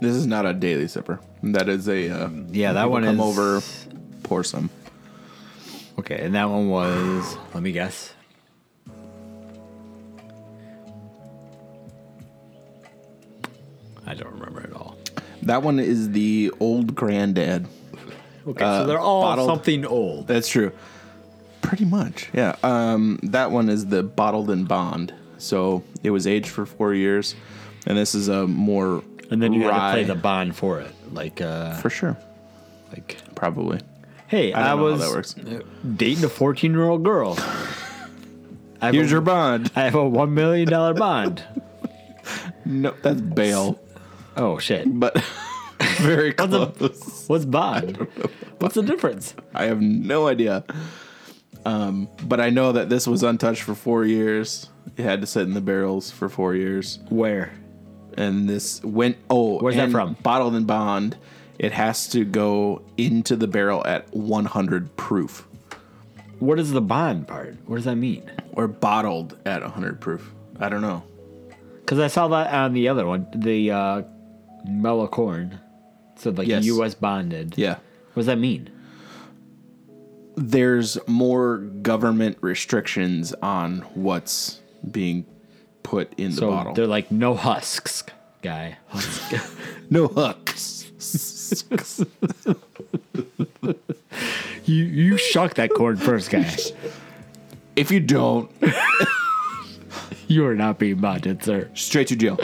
B: This is not a daily sipper. That is a uh,
A: yeah, that
B: people
A: one
B: come
A: is
B: over, pour some.
A: Okay, and that one was. Let me guess. I don't remember at all.
B: That one is the old granddad.
A: Okay,
B: Uh,
A: so they're all
B: bottled-
A: something old.
B: That's true. Pretty much, yeah. Um, that one is the bottled and bond. So it was aged for four years, and this is a more
A: And then you had to
B: rye-
A: play the bond for it, like uh,
B: for sure,
A: like.
B: probably.
A: Hey, I,
B: I don't know
A: was
B: how that works.
A: dating a fourteen-year-old
B: *laughs*
A: girl. I have
B: Here's
A: a,
B: your bond.
A: I have a one million dollar
B: *laughs*
A: bond.
B: No, that's bail,
A: Oh shit!
B: but very
A: a-
B: close.
A: What's bond? What's the difference?
B: *laughs* I have no idea. Um, but I know that this was untouched for four years. It had to sit in the barrels for four years.
A: Where?
B: and this went oh
A: Where's that
B: and
A: from?
B: bottled and bond it has to go into the barrel at 100 proof
A: What is the bond part? What does that mean?
B: or bottled at 100 proof i don't know
A: Because I saw that on the other one, the uh, mellow corn. So like
B: Yes.
A: U.S. bonded.
B: yeah
A: What does that mean?
B: there's more government restrictions on what's being put in the
A: So
B: bottle
A: they're like no husks, guy. *laughs* Husk.
B: no hooks
A: you you shuck that corn first,
B: *laughs*
A: guy.
B: if you don't
A: You are not being bonded, sir.
B: straight to jail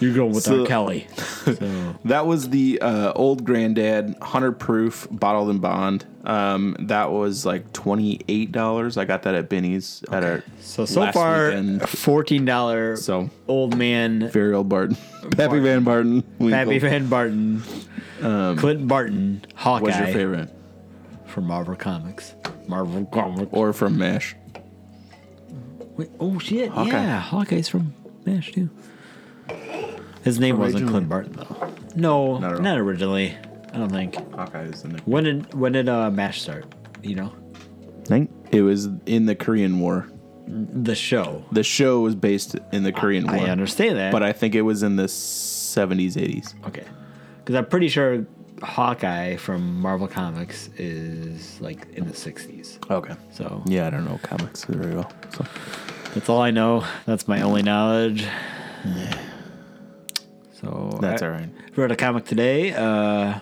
A: You're going with
B: So-
A: our
B: *laughs*
A: Kelly. So
B: That was the uh, old granddad, 100 proof, bottled and bond. Um, that was like $28. I got that at Benny's at our
A: so, so
B: last
A: far,
B: weekend.
A: fourteen dollar.
B: So-
A: old man, *laughs*
B: Burial Barton. Pappy Van Barton.
A: Happy
B: Winkle
A: Van Barton, Clint Barton, Hawkeye
B: was Um, your favorite.
A: from Marvel Comics. Marvel Comics.
B: Or from MASH.
A: Wait, oh shit!
B: Hawkeye.
A: Yeah, Hawkeye's from Mash too. His name wasn't
B: Originally.
A: Clint Barton though. No,
B: Not at
A: not,
B: all.
A: originally. I don't think.
B: Hawkeye is the name.
A: When did when did uh, Mash start? You know,
B: It was in the Korean War.
A: the show.
B: The show was based in the Korean War.
A: I understand that,
B: But I think it was in the 70s, 80s.
A: okay, because I'm pretty sure Hawkeye from Marvel Comics is like in the '60s.
B: Okay.
A: So
B: Yeah, I don't know comics very well. So.
A: that's all I know. That's my only knowledge. So
B: That's
A: I
B: all right.
A: Read a comic today. Uh,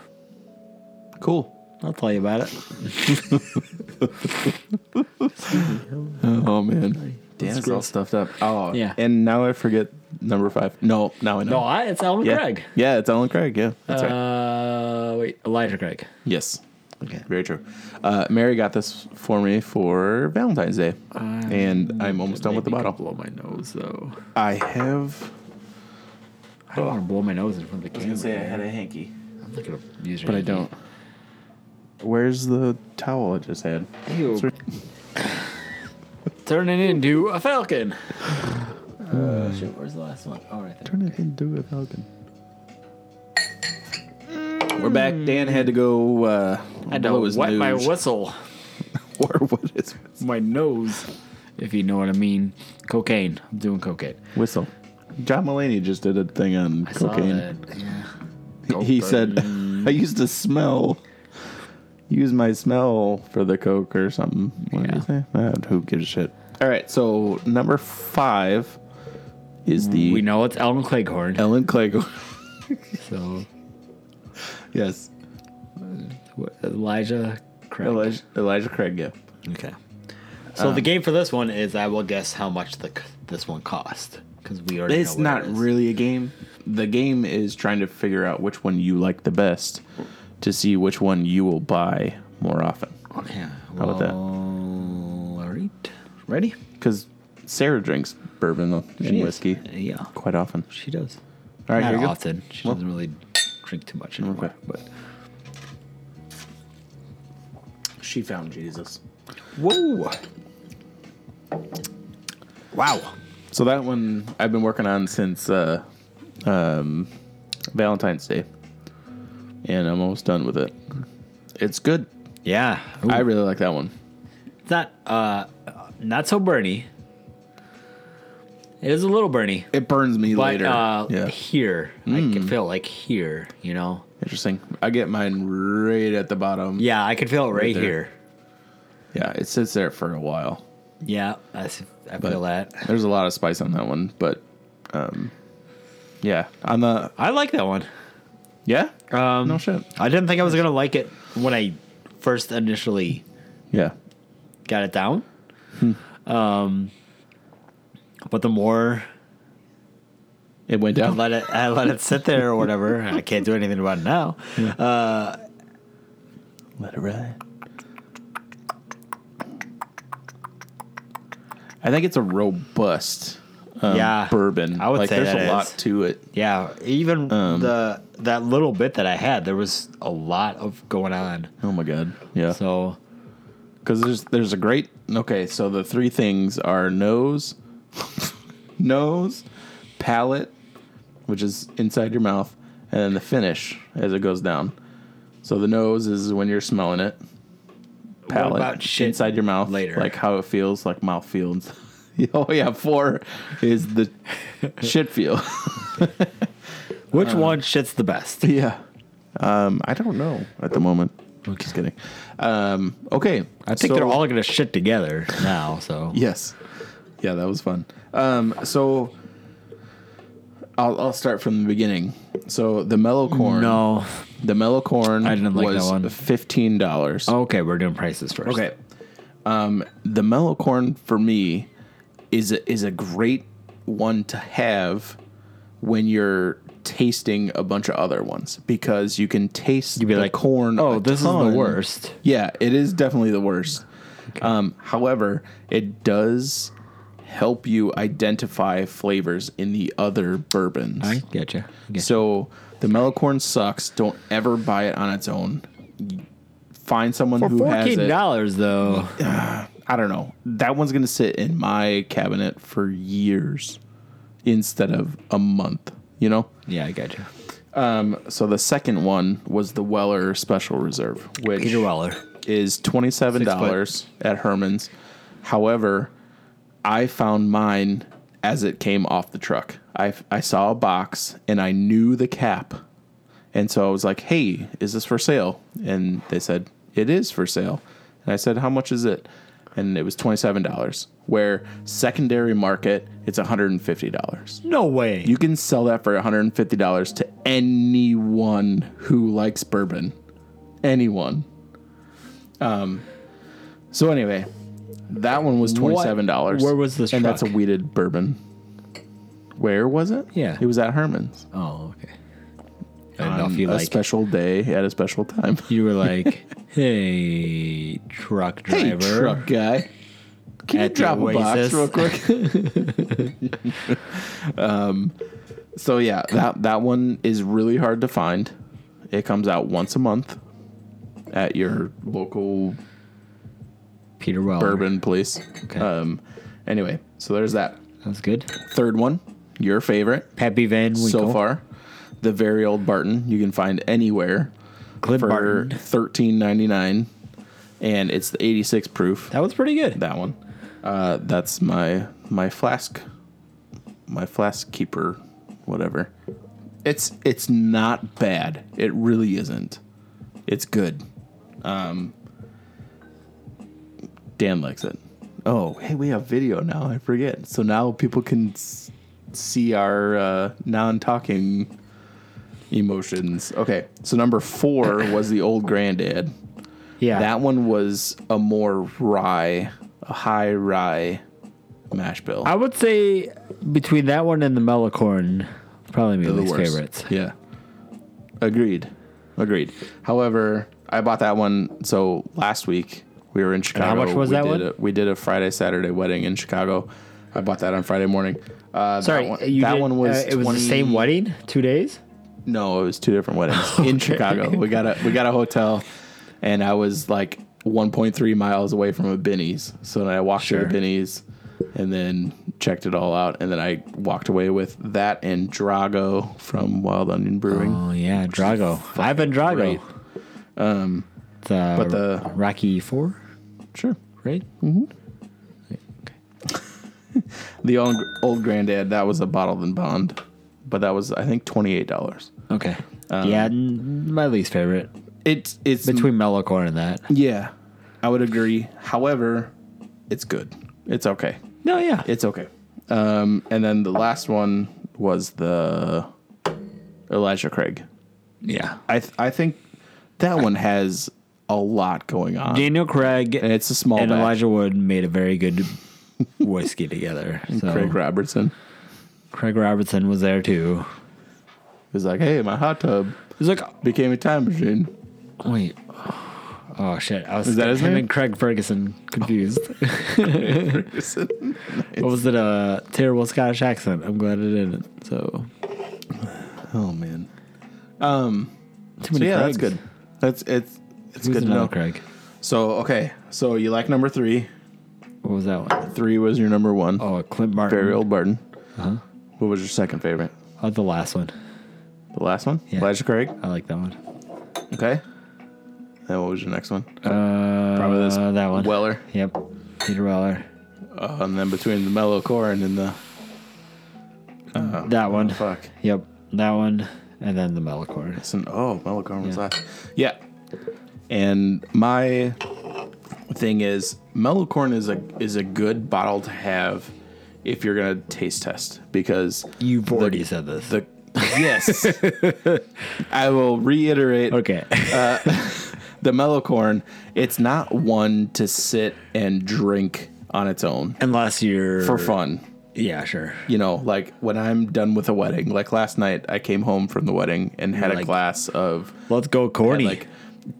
B: Cool.
A: I'll tell you about it.
B: Oh man, Dan is all
A: gross.
B: stuffed up. Oh
A: Yeah.
B: and now I forget number five. No, now I know.
A: No, I, it's Alan
B: yeah.
A: Craig.
B: Yeah, it's Alan Craig. Yeah, that's right.
A: Uh, wait, Elijah Craig.
B: Yes,
A: Okay.
B: very true. Uh, Mary got this for me for Valentine's Day, and I'm almost done with the bottle.
A: Blow my nose though.
B: I have.
A: I don't want to blow my nose in front of the camera. man.
B: a hanky,
A: I'm not gonna use your
B: but I
A: hanky.
B: don't. Where's the towel I just had?
A: Ew. Turn it into a *sighs* falcon. *sighs* Uh, shoot, where's the last one? Oh, right there.
B: Turn it into a falcon. We're back. Dan had to go. Uh,
A: I had
B: blow
A: to
B: his
A: wet my
B: nose.
A: whistle,
B: *laughs* or what is
A: my nose, if you know what I mean. Cocaine. I'm doing cocaine.
B: whistle. John Mulaney just did a thing on
A: I saw
B: cocaine.
A: that. Yeah. Cocaine.
B: He said, *laughs* "I used to smell, use my smell for the coke or something." What did he
A: Yeah.
B: say? Uh, who gives a shit? All right, so number five is the
A: "We know it's Alan Cleghorn."
B: Ellen Clegg. *laughs*
A: So
B: yes,
A: what, Elijah Craig.
B: Elijah, Elijah Craig. Yeah,
A: Okay. So
B: Um,
A: the game for this one is I will guess how much the c- this one cost because we already
B: it's
A: know what
B: not
A: it is.
B: really a game. The game is trying to figure out which one you like the best, to see which one you will buy more often.
A: Okay.
B: How about that?
A: All right. Ready?
B: Because Sarah drinks bourbon and
A: Jeez.
B: whiskey
A: Yeah,
B: quite often.
A: she does.
B: All right,
A: Not
B: here you go.
A: often. She
B: Well-
A: doesn't really drink too much anymore.
B: Okay.
A: But
B: She found Jesus. Whoa.
A: wow.
B: So that one I've been working on since uh, um, Valentine's Day, and I'm almost done with it. It's good.
A: Yeah.
B: I really like that one.
A: It's not uh, not so burny. It is a little burny,
B: It burns me
A: but
B: later.
A: uh,
B: yeah, Mm.
A: here I can feel like here, you know.
B: interesting. I get mine right at the bottom.
A: Yeah, I can feel it right,
B: there.
A: here.
B: yeah. It sits there for a while.
A: Yeah, I, s- I
B: But
A: feel that.
B: There's a lot of spice on that one, but um, yeah, on the
A: I like that one.
B: yeah, um, no shit.
A: I didn't think I was gonna like it when I first initially
B: Yeah,
A: got it down.
B: Hmm.
A: Um, but the more
B: it went
A: I
B: down.
A: let it, I let it sit there or
B: *laughs*
A: whatever, I can't do anything about it now. Uh,
B: Let it ride. I think it's a robust um,
A: Yeah,
B: bourbon.
A: I would
B: like
A: say
B: there's
A: that
B: a
A: is.
B: lot to it.
A: Yeah, even
B: Um.
A: the that little bit that I had, there was a lot of going on.
B: Oh my god. Yeah.
A: So
B: Cuz there's there's a great Okay, so the three things are nose, *laughs* nose, palate, which is inside your mouth, and then the finish as it goes down. So the nose is when you're smelling it. Palate
A: about shit
B: inside your mouth
A: later?
B: like how it feels, like mouth feels. *laughs* oh yeah,
A: *laughs*
B: four is the shit feel.
A: which one shits the best?
B: yeah. Um, I don't know at the moment. Just kidding. Um, okay,
A: I think they're all gonna shit together now.
B: *laughs*
A: So
B: Yes. Yeah, that was fun. Um, so I'll, I'll start from the beginning. So the mellow corn.
A: no,
B: The mellow corn
A: I didn't like
B: was
A: that one.
B: $15.
A: okay, we're doing prices first.
B: Okay. Um, the mellow corn for me is a, is a great one to have when you're tasting a bunch of other ones because you can taste
A: You'd be
B: the
A: like,
B: corn.
A: Oh,
B: a
A: this is
B: ton.
A: the worst.
B: Yeah, it is definitely the worst. Um, however, it does help you identify flavors in the other bourbons.
A: I getcha. I getcha.
B: So the mellow corn sucks. Don't ever buy it on its own. Find someone
A: For
B: who has
A: fourteen
B: it.
A: dollars though,
B: I don't know. That one's gonna sit in my cabinet for years instead of a month. You know.
A: yeah, I getcha.
B: So the second one was the Weller Special Reserve, which
A: Peter Weller.
B: is twenty seven
A: Six
B: dollars at Herman's. However, I found mine as it came off the truck. I I saw a box and I knew the cap, and so I was like, "Hey, is this for sale?" And they said, "It is for sale." And I said, "How much is it?" And it was twenty seven dollars. Where secondary market, it's one hundred and fifty dollars.
A: No way.
B: You can sell that for $150 to anyone who likes bourbon. Anyone. Um so anyway, that one was
A: What-
B: $27.
A: where was this
B: And that's a
A: truck?
B: weeded bourbon. Where was it?
A: Yeah.
B: It was at Herman's.
A: oh, okay. I don't know if
B: on
A: you
B: a
A: like.
B: special day at a special time.
A: you
B: *laughs*
A: were like, hey, truck
B: Hey,
A: driver.
B: truck guy. Can
A: At
B: you
A: the
B: drop a box
A: Oasis.
B: real quick? um,
A: *laughs*
B: so yeah, that that one is really hard to find. It comes out once a month at your local
A: Peter Weller.
B: bourbon place.
A: Okay.
B: Um, anyway, so there's that.
A: That's good.
B: Third one, your favorite
A: Pappy Van Winkle.
B: so far, the very old Barton. You can find anywhere
A: Clint
B: for
A: Barton.
B: thirteen ninety nine, and it's the eighty six proof.
A: That was pretty good.
B: that one. Uh, that's my my flask, my flask keeper, whatever. It's it's not bad. It really isn't. It's good. Um, Dan likes it. Oh, hey, we have video now. I forget. So now people can s- see our uh, non-talking emotions. Okay. So number four was the old granddad.
A: yeah.
B: That one was a more rye, a high rye mash bill.
A: I would say between that one and the Melicorn, probably my
B: The
A: least
B: worst.
A: favorites.
B: Yeah. Agreed. Agreed. However, I bought that one. So last week we were in Chicago.
A: how much was
B: we
A: that
B: did
A: one?
B: A, we did a Friday Saturday wedding in Chicago. I bought that on Friday morning. Uh,
A: Sorry,
B: that one,
A: you
B: that
A: did-
B: one was
A: uh, it was the
B: 20
A: same wedding, two days.
B: No, it was two different
A: *laughs*
B: weddings in Chicago. We got a we got a hotel, and I was like 1.3 miles away from a Benny's. So then I walked to
A: Sure.
B: the Benny's, and then checked it all out, and then I walked away with that and Drago from Wild Onion Brewing.
A: Oh yeah, Drago. I've been Drago. Um,
B: great.
A: the, but
B: the-
A: the Rocky Four,
B: Sure.
A: right?
B: The old, old granddad that was a bottled and bond, but that was I think twenty eight dollars.
A: Okay.
B: Um,
A: yeah, n- my least favorite
B: It's it's
A: between
B: Mm.
A: Mellow Corn and that.
B: yeah, I would agree. However, it's good. It's okay.
A: No, yeah,
B: It's okay. Um, and then the last one was the Elijah Craig.
A: yeah.
B: I th- I think that one has a lot going on.
A: Daniel Craig
B: and it's a small
A: and
B: batch.
A: Elijah Wood made a very good whiskey
B: *laughs*
A: together. So
B: Craig Robertson
A: Craig Robertson was there too.
B: was like, "Hey, my hot tub
A: He's like,
B: became a time machine."
A: wait. Oh shit! I was
B: Is that his
A: him
B: name?
A: and Craig Ferguson confused.
B: *laughs* Ferguson.
A: What was it? A terrible Scottish accent. I'm glad it didn't. So
B: oh man.
A: Um, too
B: So
A: many.
B: yeah, that's
A: Craigs.
B: good. That's it's it's
A: Who's
B: good to know.
A: another Craig?
B: So okay, so you like number three.
A: What was that one?
B: Three was your number one.
A: Oh, Uh-huh. Clint Martin.
B: Very old Barton. What was your second favorite?
A: Oh, the last one.
B: The last one,
A: Yeah.
B: Elijah Craig.
A: I like that one.
B: Okay. Then what was your next one?
A: Uh,
B: Probably this
A: that one.
B: Weller.
A: Yep. Peter Weller.
B: Uh, and then between the mellow corn and the
A: that one.
B: Oh, fuck.
A: Yep. That one. And then the Melicorn.
B: It's an- oh, mellow corn was
A: Yeah.
B: last. Yeah. And my thing is mellow corn is a is a good bottle to have if you're gonna taste test because
A: You've already said this.
B: the
A: *laughs*
B: yes I will reiterate *laughs*
A: okay.
B: the mellow corn it's not one to sit and drink on its own
A: Unless you're
B: for fun
A: Yeah, sure.
B: you know, like when I'm done with a wedding, like last night I came home from the wedding and had a
A: Like-
B: glass of
A: Let's go, corny.
B: like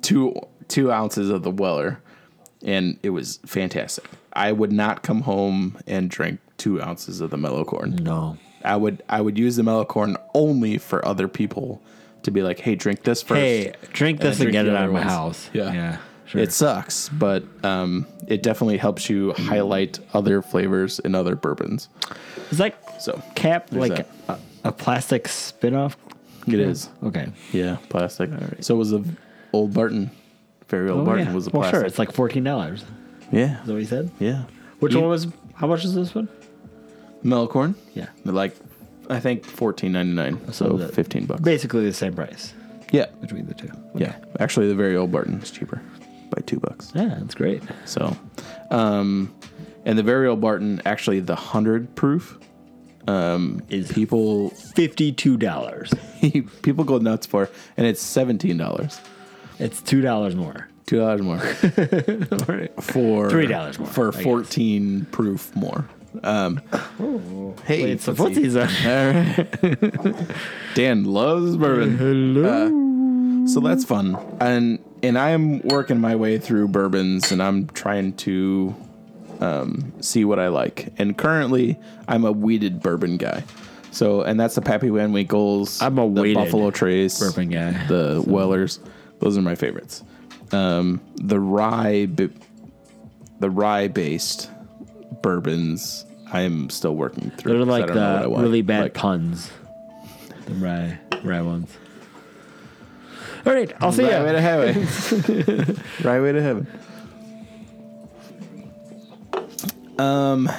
B: two two ounces of the Weller, and it was fantastic. I would not come home and drink two ounces of the mellow corn.
A: no.
B: I would I would use the mellow corn only for other people to be like, hey, drink this first.
A: Hey, drink
B: then
A: this and,
B: drink
A: get
B: the
A: it out
B: other
A: of my
B: ones.
A: house.
B: Yeah.
A: Yeah. Sure.
B: It sucks, but um, it definitely helps you highlight other flavors in other bourbons.
A: Is that
B: So
A: cap
B: there's
A: like
B: that.
A: a, a plastic spin off?
B: it is.
A: Okay.
B: Yeah, plastic. So was the old Barton. Very old
A: Oh,
B: Barton
A: yeah.
B: was a
A: well,
B: plastic.
A: sure. It's like fourteen dollars. Is
B: yeah,
A: that what you said?
B: yeah.
A: Which
B: You-
A: one was? How much is this one?
B: Melcorn.
A: Yeah.
B: Like, I think fourteen ninety nine. So
A: that-
B: fifteen bucks.
A: Basically the same price
B: yeah,
A: between the two.
B: yeah. Actually, the very old Barton is cheaper by two bucks.
A: Yeah, that's great.
B: So, um, and the very old Barton actually the hundred proof. Um,
A: Is-
B: people *laughs*
A: Fifty-two dollars.
B: people go nuts for, and it's seventeen dollars,
A: It's two dollars more. *laughs*
B: two dollars more. for
A: $3 more,
B: for
A: I guess.
B: 14 proof more. Um, hey,
A: Oh, Wait, it's the
B: footsie.
A: footsies on.
B: All right. *laughs* Dan loves bourbon, Uh,
A: Hello.
B: so that's fun. And and I'm working my way through bourbons, and I'm trying to um, see what I like. And currently, I'm a weeded bourbon guy. So and that's the Pappy Van Winkles.
A: I'm a
B: the
A: weeded
B: Buffalo Trace
A: bourbon guy.
B: The Wellers, those are my favorites. Um, the rye, bi- the rye based bourbons. I'm still working through.
A: They're
B: 'cause I
A: like
B: don't know what I
A: the
B: want.
A: really bad
B: Like-
A: puns. The rye, rye ones. All right, I'll see
B: Right way
A: you.
B: to heaven.
A: *laughs*
B: right way to heaven. Um.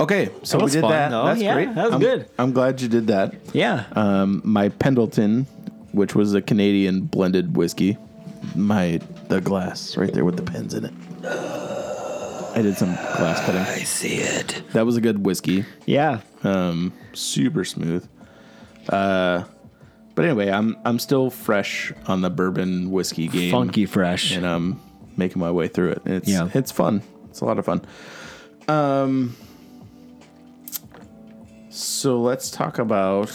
B: Okay, so
A: That
B: we
A: was
B: did
A: fun,
B: that.
A: though.
B: That's
A: Yeah,
B: great.
A: that was
B: I'm,
A: good.
B: I'm glad you did that.
A: Yeah.
B: Um, my Pendleton, which was a Canadian blended whiskey, my the glass right there with the pins in it. I did some glass cutting.
A: I see it.
B: That was a good whiskey
A: Yeah.
B: um, super smooth. Uh, but anyway, I'm I'm still fresh on the bourbon whiskey game,
A: Funky fresh.
B: and I'm making my way through it. It's
A: Yeah.
B: it's fun. It's a lot of fun. Um, so let's talk about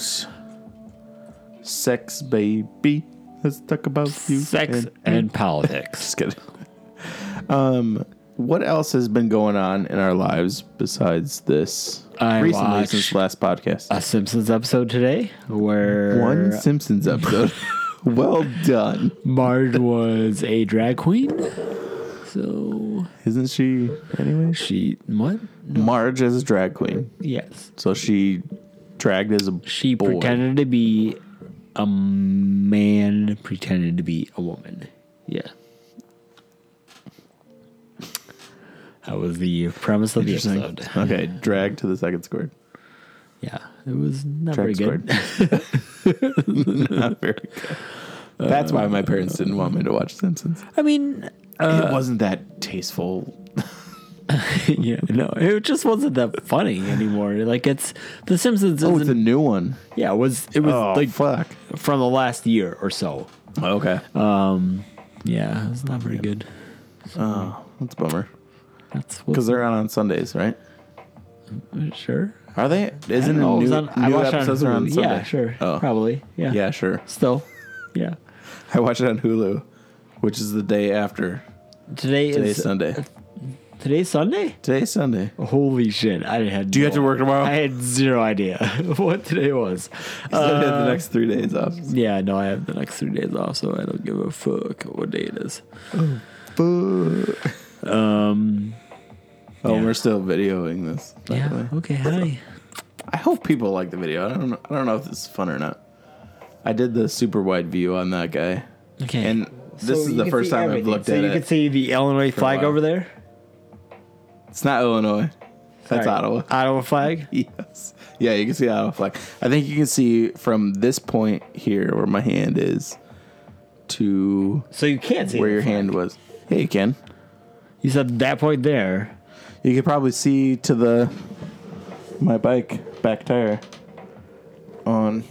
B: sex, baby. Let's talk about you.
A: Sex and politics.
B: *laughs* Just kidding. Um, what else has been going on in our lives besides this?
A: I
B: recently
A: watched-
B: since last podcast,
A: *laughs* A Simpsons episode today where
B: one
A: *laughs*
B: Simpsons episode. well done,
A: Marge was a drag queen. So
B: isn't she? Anyway,
A: she what?
B: Marge is a drag queen,
A: Yes.
B: so she dragged as a
A: She
B: boy.
A: pretended to be a man, pretended to be a woman. Yeah. That was the premise of the
B: Interesting.
A: episode.
B: Okay, drag to the second squared.
A: Yeah, it was not
B: Drag
A: very good.
B: squared. Not very good. *laughs* That's why my parents didn't want me to watch Simpsons.
A: I mean, uh,
B: Uh, it wasn't that tasteful.
A: *laughs* yeah, no, it just wasn't that funny anymore. Like it's The Simpsons.
B: Oh, it's a
A: Isn't,
B: new one.
A: yeah, it was it was
B: Oh,
A: like
B: fuck.
A: from the last year or so.
B: Okay.
A: Yeah, it's not very good.
B: oh, that's a bummer.
A: That's
B: Because they're on on Sundays, right?
A: sure.
B: Are they? Isn't
A: No, it was
B: new,
A: on-
B: new
A: watched it
B: episodes are on
A: Hulu.
B: Sunday?
A: Yeah, sure.
B: Oh.
A: Probably. Yeah.
B: Yeah, sure.
A: Still. Yeah.
B: I watch it on Hulu, which is the day after.
A: Today
B: Today's
A: is
B: Sunday.
A: today's Sunday.
B: Today's Sunday.
A: Holy shit! I had.
B: Do you have to work tomorrow?
A: I had zero idea *laughs* what today was.
B: so I had
A: Uh,
B: *laughs* the next three days off.
A: yeah, no, I have the next three days off, so I don't give a fuck what day it is. Um.
B: Oh,
A: yeah.
B: we're still videoing this. by the way.
A: Yeah. Okay. Hi.
B: I hope people like the video. I don't. Know, I don't know if this is fun or not. I did the super wide view on that guy,
A: Okay.
B: and this
A: So
B: is
A: you
B: the
A: can
B: first
A: see
B: time I've
A: everything.
B: looked
A: so
B: at
A: you
B: it.
A: can see the Illinois flag
B: while.
A: over there.
B: it's not Illinois. That's
A: Sorry.
B: Ottawa. *laughs*
A: Ottawa flag.
B: Yes. Yeah, you can see Ottawa flag. I think you can see from this point here where my hand is to
A: So you can't see
B: where
A: the
B: your
A: flag.
B: hand was. Yeah, you can.
A: You said that point there.
B: You could probably see to the my bike back tire on.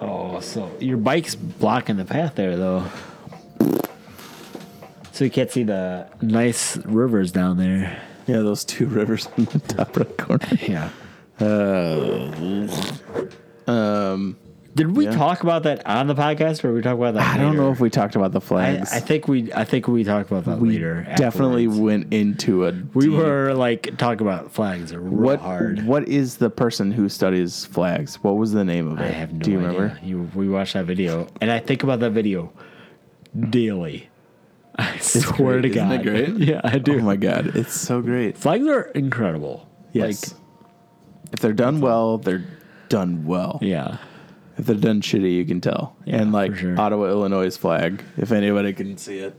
A: Oh, so your bike's blocking the path there, though. So you can't see the nice rivers down there.
B: Yeah, those two *laughs* rivers in the top right corner.
A: Yeah.
B: Uh, Um,
A: Did we
B: Yeah.
A: talk about that on the podcast, or we talk about that?
B: I don't know
A: later?
B: if we talked about the flags.
A: I, I think we. I think we talked about that later.
B: definitely
A: afterwards.
B: went into a.
A: We
B: deep-
A: were like talking about flags real
B: what?
A: hard.
B: What is the person who studies flags? What was the name of it?
A: I have no
B: Do you
A: idea.
B: remember?
A: You, we watched that video, and I think about that video
B: *laughs*
A: daily. I swear
B: great.
A: to
B: Isn't
A: God.
B: it
A: *laughs*
B: great?
A: Yeah, I do.
B: Oh my god, it's so great.
A: flags are incredible.
B: Yes.
A: Like,
B: if they're done well, they're done well.
A: yeah.
B: If they're done shitty, you can tell. and like
A: for sure.
B: Ottawa, Illinois flag, if anybody can see it,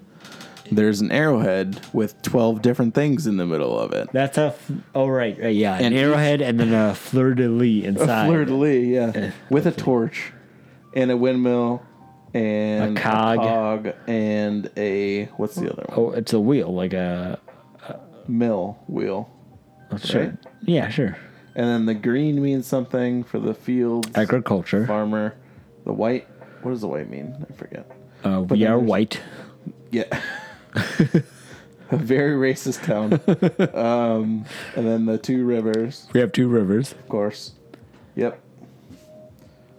B: there's an arrowhead with 12 different things in the middle of it.
A: That's a f- oh right, right yeah, an
B: And each-
A: arrowhead and then a fleur de lis inside.
B: Fleur de lis, yeah. with a torch and a windmill and
A: A cog.
B: cog and a, what's the other one?
A: Oh, it's a wheel, like a Oh.
B: Mill wheel.
A: sure,
B: Right?
A: yeah, sure.
B: And then the green means something for the fields,
A: Agriculture.
B: farmer. The white, what does the white mean? I forget.
A: Uh, we
B: then
A: are
B: there's-
A: white.
B: Yeah. *laughs* a very
A: *laughs*
B: racist town. um, and then the two rivers,
A: We have two rivers.
B: of course. Yep.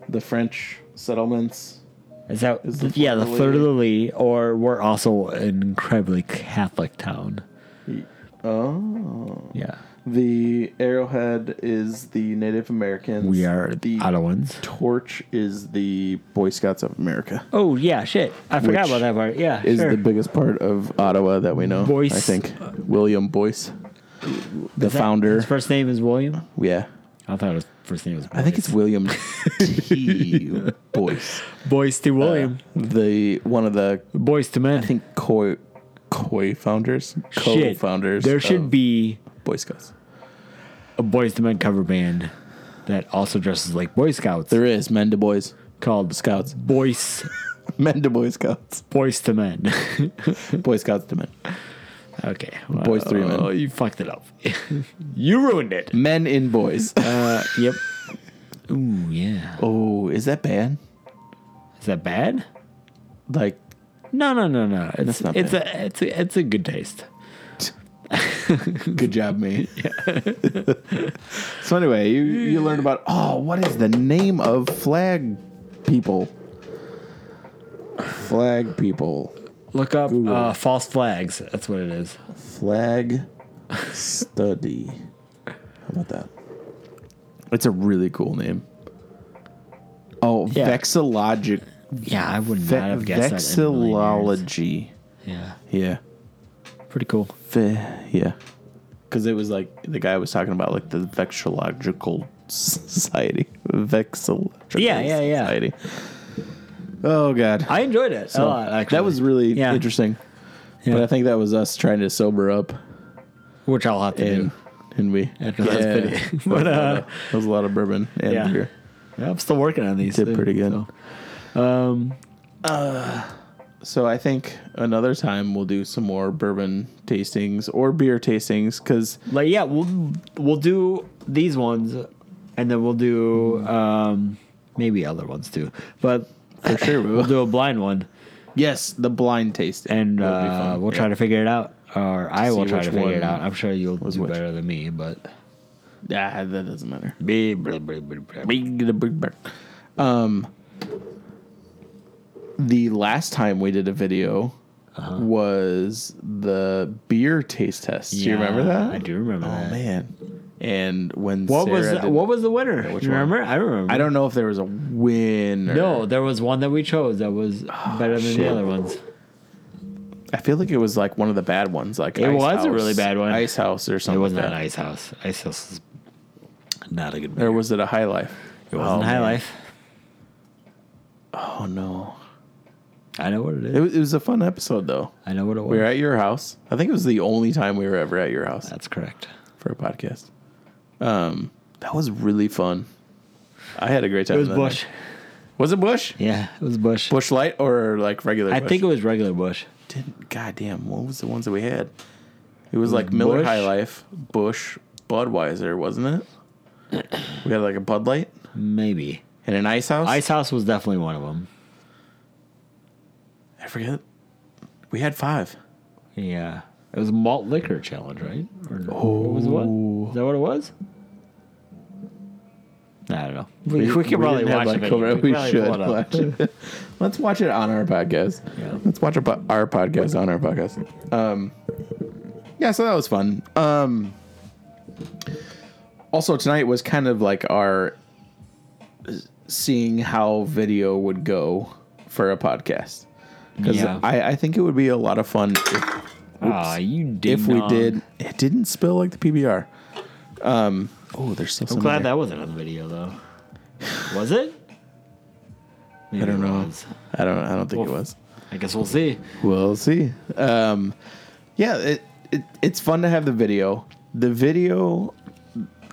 B: The French settlements.
A: Is that
B: Is the
A: yeah? The
B: Fleur
A: fleur
B: de
A: de lis, or we're also an incredibly Catholic town.
B: Oh.
A: Yeah,
B: The arrowhead is the Native Americans.
A: we are
B: the
A: the Ottawans.
B: torch is the Boy Scouts of America.
A: Oh yeah, shit, I forgot
B: Which
A: about that part. Yeah,
B: Is
A: sure.
B: the biggest part of Ottawa that we know.
A: Boyce.
B: I think William Boyce, the
A: Is that-
B: founder.
A: His first name is William.
B: yeah,
A: I thought his first name was. Boyce.
B: I think it's *laughs* William T. Boyce.
A: Boyce to William.
B: the one of the
A: Boyce Uh, to men.
B: I think Koi Koi founders,
A: Shit,
B: co-founders.
A: There should
B: of
A: be
B: Boy Scouts.
A: a Boys to Men cover band that also dresses like Boy Scouts
B: There is men to boys, *laughs*
A: called
B: Scouts,
A: Boys
B: men to Boy Scouts,
A: Boys to Men. *laughs*
B: Boy Scouts to men,
A: okay,
B: Boys Three Men.
A: Oh, you fucked it up. *laughs* you ruined it.
B: men in boys.
A: Uh, yep. Ooh, yeah.
B: oh, is that bad?
A: Is that bad?
B: Like,
A: No, no, no, no. It's
B: That's not
A: it's a it's a it's a good taste.
B: good job, *laughs* me. so anyway, you you learn about oh, what is the name of flag people? Flag people.
A: Look up uh, false flags. That's what it is.
B: Flag study. How about that? It's a really cool name. Oh,
A: Yeah.
B: vexillologic.
A: Yeah, I would not
B: Ve-
A: have guessed that. in a million years.
B: vexillology.
A: Yeah,
B: Yeah.
A: pretty cool.
B: Ve- yeah. Because it was like the guy was talking about like the vexillological society. Vexillological
A: Yeah, yeah, yeah.
B: society. Oh, God.
A: I enjoyed it a
B: So,
A: lot. Actually,
B: that was really
A: Yeah.
B: interesting.
A: Yeah.
B: But I think that was us trying to sober up
A: which I'll have to
B: and
A: do.
B: and we
A: After the last video. *laughs* But, uh,
B: that was a lot of bourbon and
A: yeah.
B: beer.
A: Yeah, I'm still working on these.
B: Did
A: too,
B: pretty good.
A: so. um, uh,
B: So I think another time we'll do some more bourbon tastings or beer tastings because
A: Like yeah, we'll we'll do these ones, and then we'll do um, maybe other ones too. But
B: for sure we
A: *laughs*
B: will.
A: we'll do a blind one,
B: yes, the blind taste
A: and
B: That'd be
A: uh,
B: fun.
A: we'll try
B: Yeah.
A: to figure it out, or I will
B: See
A: try
B: which
A: to figure it
B: one
A: out. I'm sure you'll do
B: which.
A: better than me, but
B: Ah, that doesn't matter.
A: yeah,
B: Um, the last time we did a video
A: Uh-huh.
B: was the beer taste test. Do you remember that?
A: I do remember
B: Oh
A: that.
B: man! And when
A: What
B: Sarah
A: was
B: did-
A: what was the winner?
B: which
A: you
B: one?
A: remember? I remember.
B: I don't know if there was a win. Or,
A: No, there was one that we chose that was better than
B: shit.
A: the other ones.
B: I feel like it was like one of the bad ones. Like
A: It
B: Ice
A: was a
B: House-
A: really bad one.
B: Ice House or
A: It
B: something.
A: was not
B: like that.
A: Ice House. Ice House is not a good.
B: Or
A: Beer.
B: was it a High Life?
A: It wasn't
B: Oh,
A: High
B: man.
A: Life.
B: Oh no!
A: I know what it is.
B: It was, it was a fun episode though.
A: I know what it was.
B: We were at your house. I think it was the only time we were ever at your house
A: That's correct.
B: for a podcast. Um, that was really fun. I had a great time.
A: It was
B: that
A: Bush.
B: night. Was it Bush?
A: Yeah, it was Bush.
B: Bush Light or like regular?
A: I
B: Busch?
A: think it was regular Bush.
B: didn't goddamn what was the ones that we had? It was like Miller
A: Busch.
B: High Life, Bush, Budweiser, wasn't it? *coughs* We had like a Bud Light
A: Maybe.
B: and an Ice House.
A: Ice House was definitely one of them.
B: I forget. We had five.
A: Yeah. It was malt liquor challenge, right? Or what was what? Is that what it was? I don't know. We, we could probably
B: didn't
A: watch
B: have, like,
A: it.
B: over-
A: We,
B: We
A: probably
B: should
A: pull it up.
B: watch it. *laughs* Let's watch it on our podcast.
A: Yeah.
B: Let's watch our, po- our podcast on our podcast. Um, yeah, so that was fun. Um, also tonight was kind of like our seeing how video would go for a podcast because
A: Yeah.
B: I, I think it would be a lot of fun if,
A: Ah, you did.
B: if we did. It didn't spill like the PBR. Um, oh, there's still
A: I'm glad that wasn't on the video though. Was it? Maybe
B: I don't
A: it
B: know.
A: was.
B: I don't. I don't think it
A: Well,
B: was.
A: I guess we'll see.
B: We'll see. Um, yeah, it, it it's fun to have the video. The video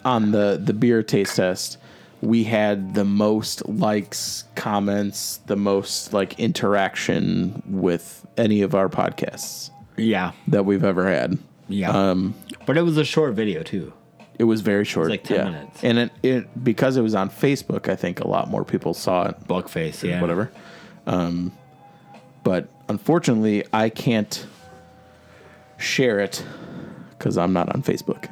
B: on the the beer taste test, we had the most likes, comments, the most like interaction with any of our podcasts
A: Yeah.
B: that we've ever had.
A: Yeah.
B: Um,
A: but it was a short video too.
B: it was very short,
A: like 10 minutes.
B: and it, it because it was on Facebook, I think a lot more people saw it
A: Buckface,
B: or
A: yeah.
B: whatever. Um, but unfortunately, I can't share it because I'm not on Facebook.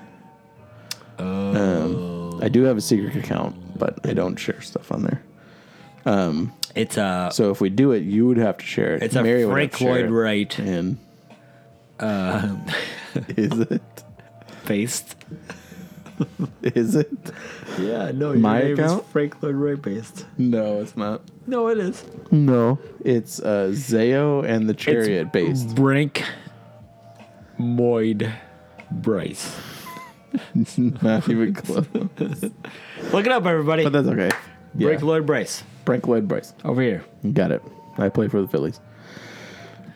B: Oh. Um, I do have a secret account, but I don't share stuff on there.
A: It's a
B: So if we do it, you would have to share it.
A: it's a
B: Mary would
A: Frank
B: have to share
A: Lloyd Wright
B: it.
A: Um,
B: And
A: *laughs*
B: is it?
A: based.
B: Is it?
A: Yeah, no,
B: My name is account?
A: Frank Lloyd Wright based.
B: No, it's not.
A: No, it is.
B: No, it's uh, Zayo and the Chariot
A: *laughs*
B: based.
A: Brink Moyd Bryce.
B: not even close.
A: Look it up, everybody.
B: But that's okay. Yeah.
A: Frank Lloyd Bryce
B: Frank Lloyd Bryce.
A: over here.
B: Got it. I play for the Phillies.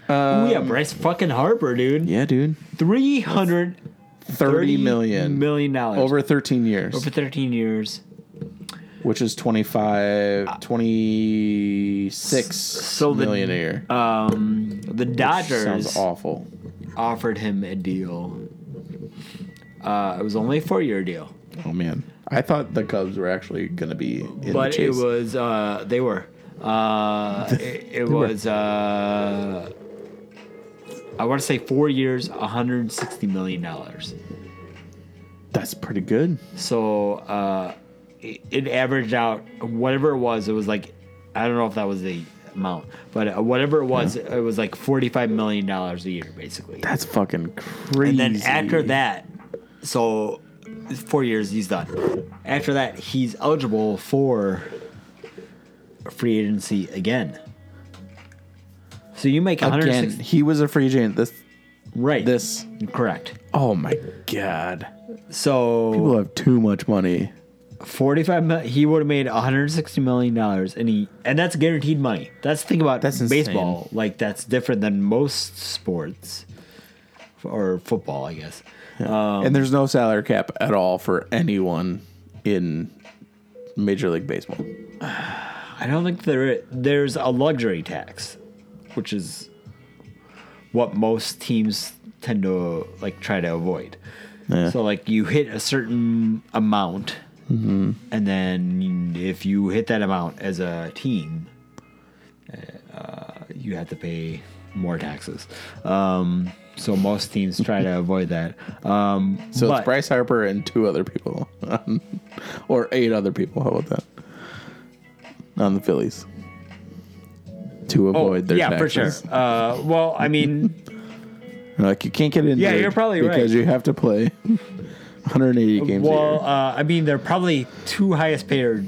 A: Oh yeah, Bryce fucking Harper, dude.
B: Yeah, dude.
A: Three hundred
B: Thirty million.
A: million dollars
B: Over 13 years,
A: over thirteen years.
B: which is 25, 26
A: So the-
B: million a year.
A: Um, the
B: Sounds
A: Dodgers
B: awful.
A: offered him a deal. Uh, it was only a four-year deal.
B: Oh, man. I thought the Cubs were actually going to be in the
A: but it
B: chase.
A: was uh, they were uh,
B: *laughs*
A: it, it
B: were.
A: was uh, I want to say four years, 160 million dollars.
B: That's pretty good.
A: So uh, it, it averaged out whatever it was. It was like I don't know if that was a amount, but uh, whatever it was, it was like forty-five million dollars a year, basically.
B: That's fucking
A: and
B: crazy.
A: then after that, so four years he's done. After that, he's eligible for free agency again. So you make one hundred
B: again,
A: sixty
B: he was a free agent. This,
A: right?
B: this.
A: correct.
B: Oh my god,
A: So
B: people have too much money.
A: 45 mil- he would have made 160 million dollars and he and that's guaranteed money that's the thing about
B: That's insane.
A: baseball like that's different than most sports or football i guess
B: and there's no salary cap at all for anyone in Major League Baseball.
A: i don't think there there's a luxury tax which is what most teams tend to like try to avoid
B: Yeah.
A: so like you hit a certain amount and then if you hit that amount as a team uh, you have to pay more taxes. Um, so most teams try to avoid that. Um,
B: So
A: but
B: it's Bryce Harper and two other people, *laughs* or eight other people. How about that? On the Phillies to
A: Oh,
B: avoid their
A: yeah,
B: taxes.
A: for sure. Uh, well, I mean,
B: Like you can't get in.
A: you're probably right.
B: because you have to play *laughs* 180 games.
A: well, uh, I mean they're probably two highest paid,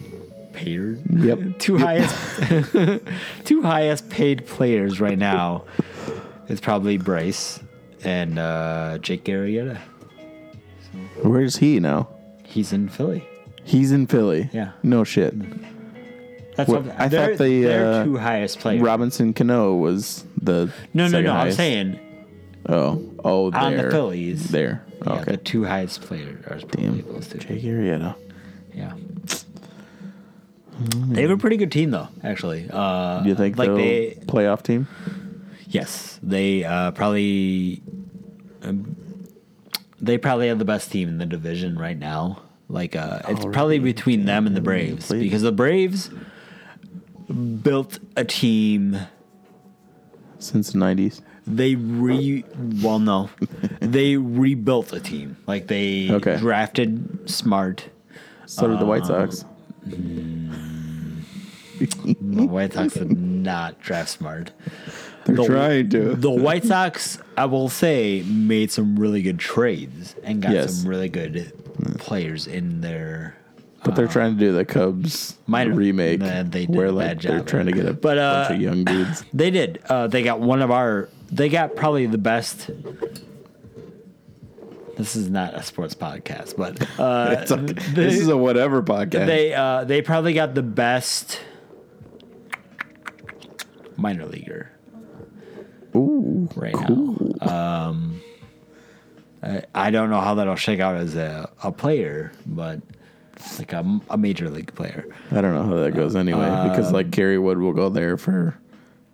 A: paid,
B: a year. Yep.
A: two highest, *laughs* two highest paid players right now. It's probably Bryce and uh, Jake Arrieta.
B: Where's he now?
A: He's in Philly.
B: He's in Philly.
A: Yeah.
B: No shit.
A: That's
B: What-
A: what,
B: I thought
A: they're,
B: the,
A: they're
B: uh,
A: two highest players.
B: Robinson Cano was the
A: no, no,
B: second
A: no.
B: highest.
A: I'm saying
B: Oh, oh, there.
A: On the Phillies.
B: There.
A: Yeah,
B: okay.
A: the two highest players are probably
B: Damn.
A: those two.
B: Jake Arrieta.
A: Yeah. They have a pretty good team though, actually. Uh,
B: Do you think
A: like
B: they'll
A: they?
B: playoff team?
A: Yes, they uh, probably. Um, they probably have the best team in the division right now. Like uh, it's probably between them and the Braves
B: Oh, Please.
A: because the Braves built a team.
B: Since the nineties.
A: They re well
B: *laughs*
A: no, they rebuilt a team. Like they
B: Okay.
A: drafted smart.
B: So did the White Sox.
A: Um, The White Sox did not draft smart.
B: They're
A: the-
B: trying to.
A: the White Sox, I will say, made some really good trades and got
B: Yes.
A: some really good players in there.
B: but they're trying to do the Cubs
A: Minor-
B: remake.
A: Nah, they did
B: where
A: a
B: like
A: bad
B: they're
A: job.
B: trying to get a
A: But, uh,
B: bunch of
A: *laughs*
B: young dudes.
A: They did. Uh, they got one of our. They got probably the best. This is not a sports podcast, but uh,
B: It's like,
A: they-
B: this is a whatever podcast.
A: they uh, they probably got the best minor leaguer
B: Ooh,
A: right now. Um,
B: cool.
A: I don't know how that'll shake out as a, a player, but like a, a major league player.
B: I don't know how that goes anyway because like Gary Wood will go there for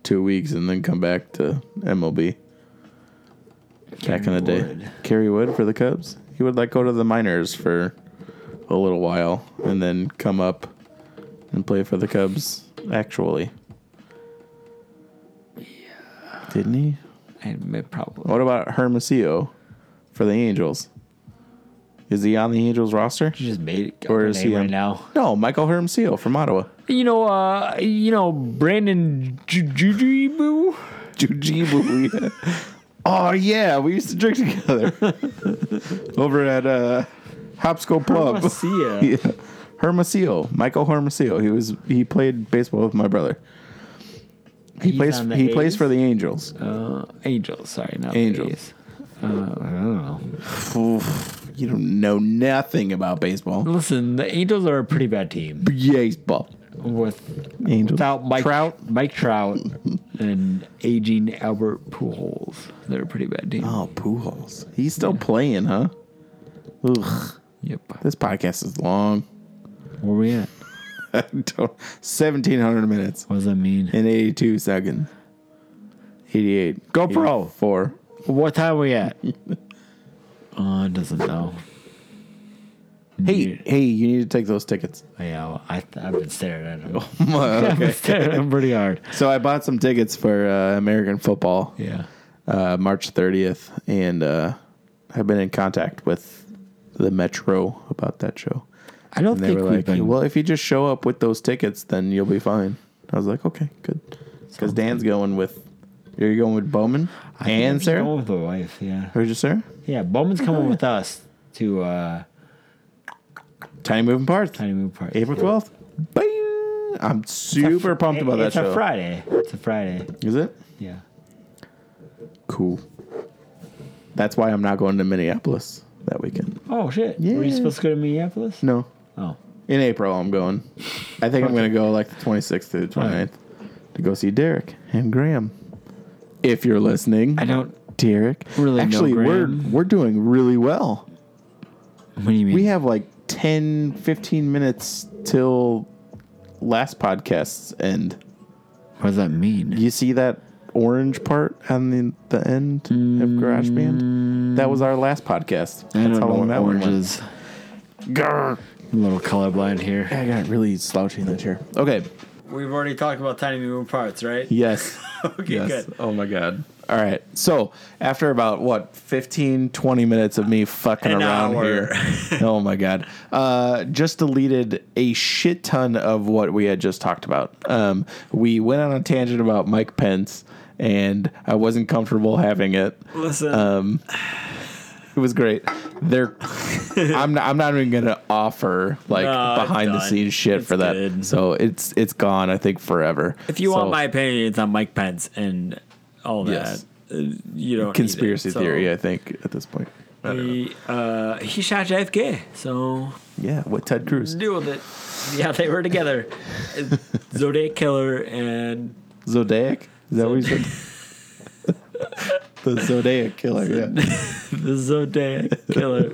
B: two weeks and then come back to MLB. back in the day.
A: Wood.
B: Kerry Wood for the Cubs. He would like go to the minors for a little while and then come up and play for the Cubs actually. Didn't he?
A: I probably
B: What about Hermosillo for the Angels? Is he on the Angels roster?
A: just made it
B: Or
A: or
B: is he
A: right
B: on-
A: now.
B: No, Michael Hermosillo from Ottawa.
A: You know, uh, you know, Brandon Jujibu.
B: Jujibu. *laughs* oh yeah, we used to drink together over at uh, Hopsco Pub.
A: Garcia.
B: yeah. *laughs* Hermosillo, Michael Hermosillo. He was he played baseball with my brother. He
A: He's
B: plays
A: on the
B: he plays
A: A's?
B: for the Angels.
A: Uh, Angels, sorry, not
B: Angels.
A: A's. Uh, I don't know.
B: Oof, you don't know nothing about baseball.
A: Listen, the Angels are a pretty bad team
B: Baseball.
A: with
B: Angels.
A: without Mike
B: Trout.
A: Mike Trout, and aging Albert Pujols. They're a pretty bad team.
B: Oh, Pujols. He's still playing, huh? Ugh.
A: Yep.
B: This podcast is long. *laughs*
A: Where we at?
B: I don't- 1700 minutes
A: What does that mean?
B: *laughs* and 82 seconds. 88. Go
A: pro.
B: Four.
A: What time we
B: *laughs*
A: at? uh, doesn't know.
B: Hey, hey, you need to take those tickets. *laughs*
D: *laughs*
A: Yeah, well, I, I've been staring at him. *laughs* I've been
B: okay.
A: staring at him pretty hard.
B: So I bought some tickets for uh, American football,
A: Yeah.
B: uh, March 30th, and uh, I've been in contact with the Metro about that show.
A: I don't
B: And they
A: think
B: were
A: we've
B: like,
A: been.
B: "Well, if you just show up with those tickets, then you'll be fine." I was like, "Okay, good." Because Dan's going with. You're going with Bowman and
D: Sarah?
B: Sarah.
D: with my wife, yeah.
B: Who's your Sarah?
D: Yeah, Bowman's
B: *laughs*
D: coming with us to uh,
B: Tiny Moving Parts.
D: Tiny Moon Park.
B: April twelfth. I'm super pumped about that
D: it's
B: show.
D: a Friday. It's a Friday.
B: Is it
D: Yeah.
B: cool? That's why I'm not going to Minneapolis that weekend.
D: Oh shit. Were
B: Yeah.
D: you supposed to go to Minneapolis?
B: No,
D: Oh.
B: in April I'm going. I think I'm going to go like the 26th to the 29th to go see Derek and Graham. If you're listening,
D: I don't.
B: Derek.
D: really know
B: Actually,
D: Graham.
B: we're we're doing really well.
D: What do you mean?
B: We have like 10, 15 minutes till last podcast's end.
D: what does that mean?
B: You see that orange part on the, the end of Garage Band? That was our last podcast.
D: I don't
B: how
D: know
B: long
D: what
B: that one
D: orange
B: went.
D: is.
B: Grr.
D: I'm a little colorblind here.
B: I got really slouchy in that chair. Okay.
D: We've already talked about tiny moon parts, right?
B: Yes.
D: *laughs* Okay,
B: yes. Oh my god. All right. So, after about what 15 20 minutes of me fucking
D: An
B: around
D: hour.
B: here. *laughs* oh my god. Uh just deleted a shit ton of what we had just talked about. Um we went on a tangent about Mike Pence and I wasn't comfortable having it.
D: Listen.
B: Um, it was great.
D: *laughs*
B: They're, I'm not. I'm not even gonna offer like
D: No, it's
B: behind the
D: done.
B: scenes shit
D: It's
B: for that.
D: good.
B: So it's it's gone. I think forever.
D: if you
B: So,
D: want my opinion, it's on Mike Pence and all that.
B: Yes.
D: Uh, You don't need it,
B: conspiracy
D: so-
B: theory, I think at this point.
D: He, uh, he shot JFK, so
B: Yeah, with Ted Cruz,
D: deal with it. Yeah, they were together. Zodiac killer and
B: Zodiac. Is that what you said?
D: *laughs*
B: the Zodiac killer. Yeah.
D: the Zodiac
B: *laughs*
D: killer.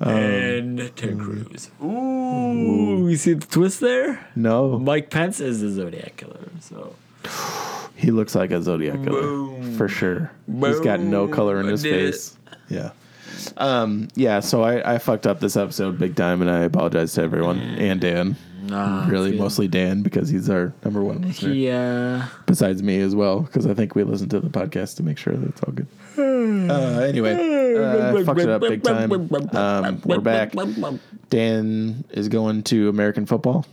B: Um,
D: and Ted Cruz. Ooh, you see the twist there?
B: No,
D: Mike Pence is the Zodiac killer, so
B: he looks like a Zodiac killer
D: Boom.
B: for sure. He's got no
D: Boom.
B: color in his
D: Did it.
B: face. Yeah. Um, yeah, so I, I fucked up this episode big time and I apologize to everyone and Dan.
D: nah,
B: Really, mostly Dan because he's our number one listener.
D: Uh, he uh,
B: Besides me as well, because I think we listen to the podcast to make sure that it's all good. Uh, anyway, uh, I fucked it up big
D: *laughs*
B: time. Um, we're back. Dan is going to American football.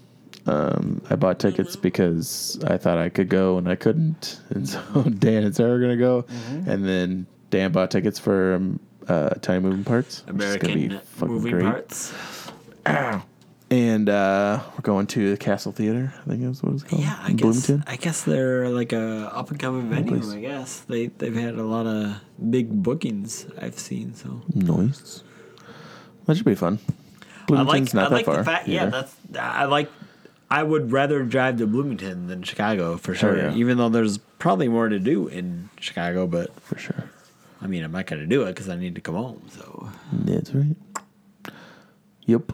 B: Um, I bought tickets because I thought I could go and I couldn't, *laughs* and so Dan and Sarah are gonna go, and then Dan bought tickets for um, uh, Tiny Moving Parts, which is gonna be
D: American
B: fucking
D: movie
B: great.
D: parts.
B: And uh, we're going to the Castle Theater. I think that's what it's called.
D: Yeah, I
B: in
D: guess
B: Bloomington.
D: I guess they're like a up and coming venue.
B: place.
D: I guess they they've had a lot of big bookings I've seen. So
B: Nice. That should be fun.
D: I
B: Bloomington's
D: like
B: not
D: I
B: that
D: like
B: far.
D: the fact yeah
B: either.
D: that's I like I would rather drive to Bloomington than Chicago for sure.
B: yeah.
D: Even though there's probably more to do in Chicago, but
B: for sure.
D: I mean I'm not gonna do it because I need to come home. So
B: That's right. Yep.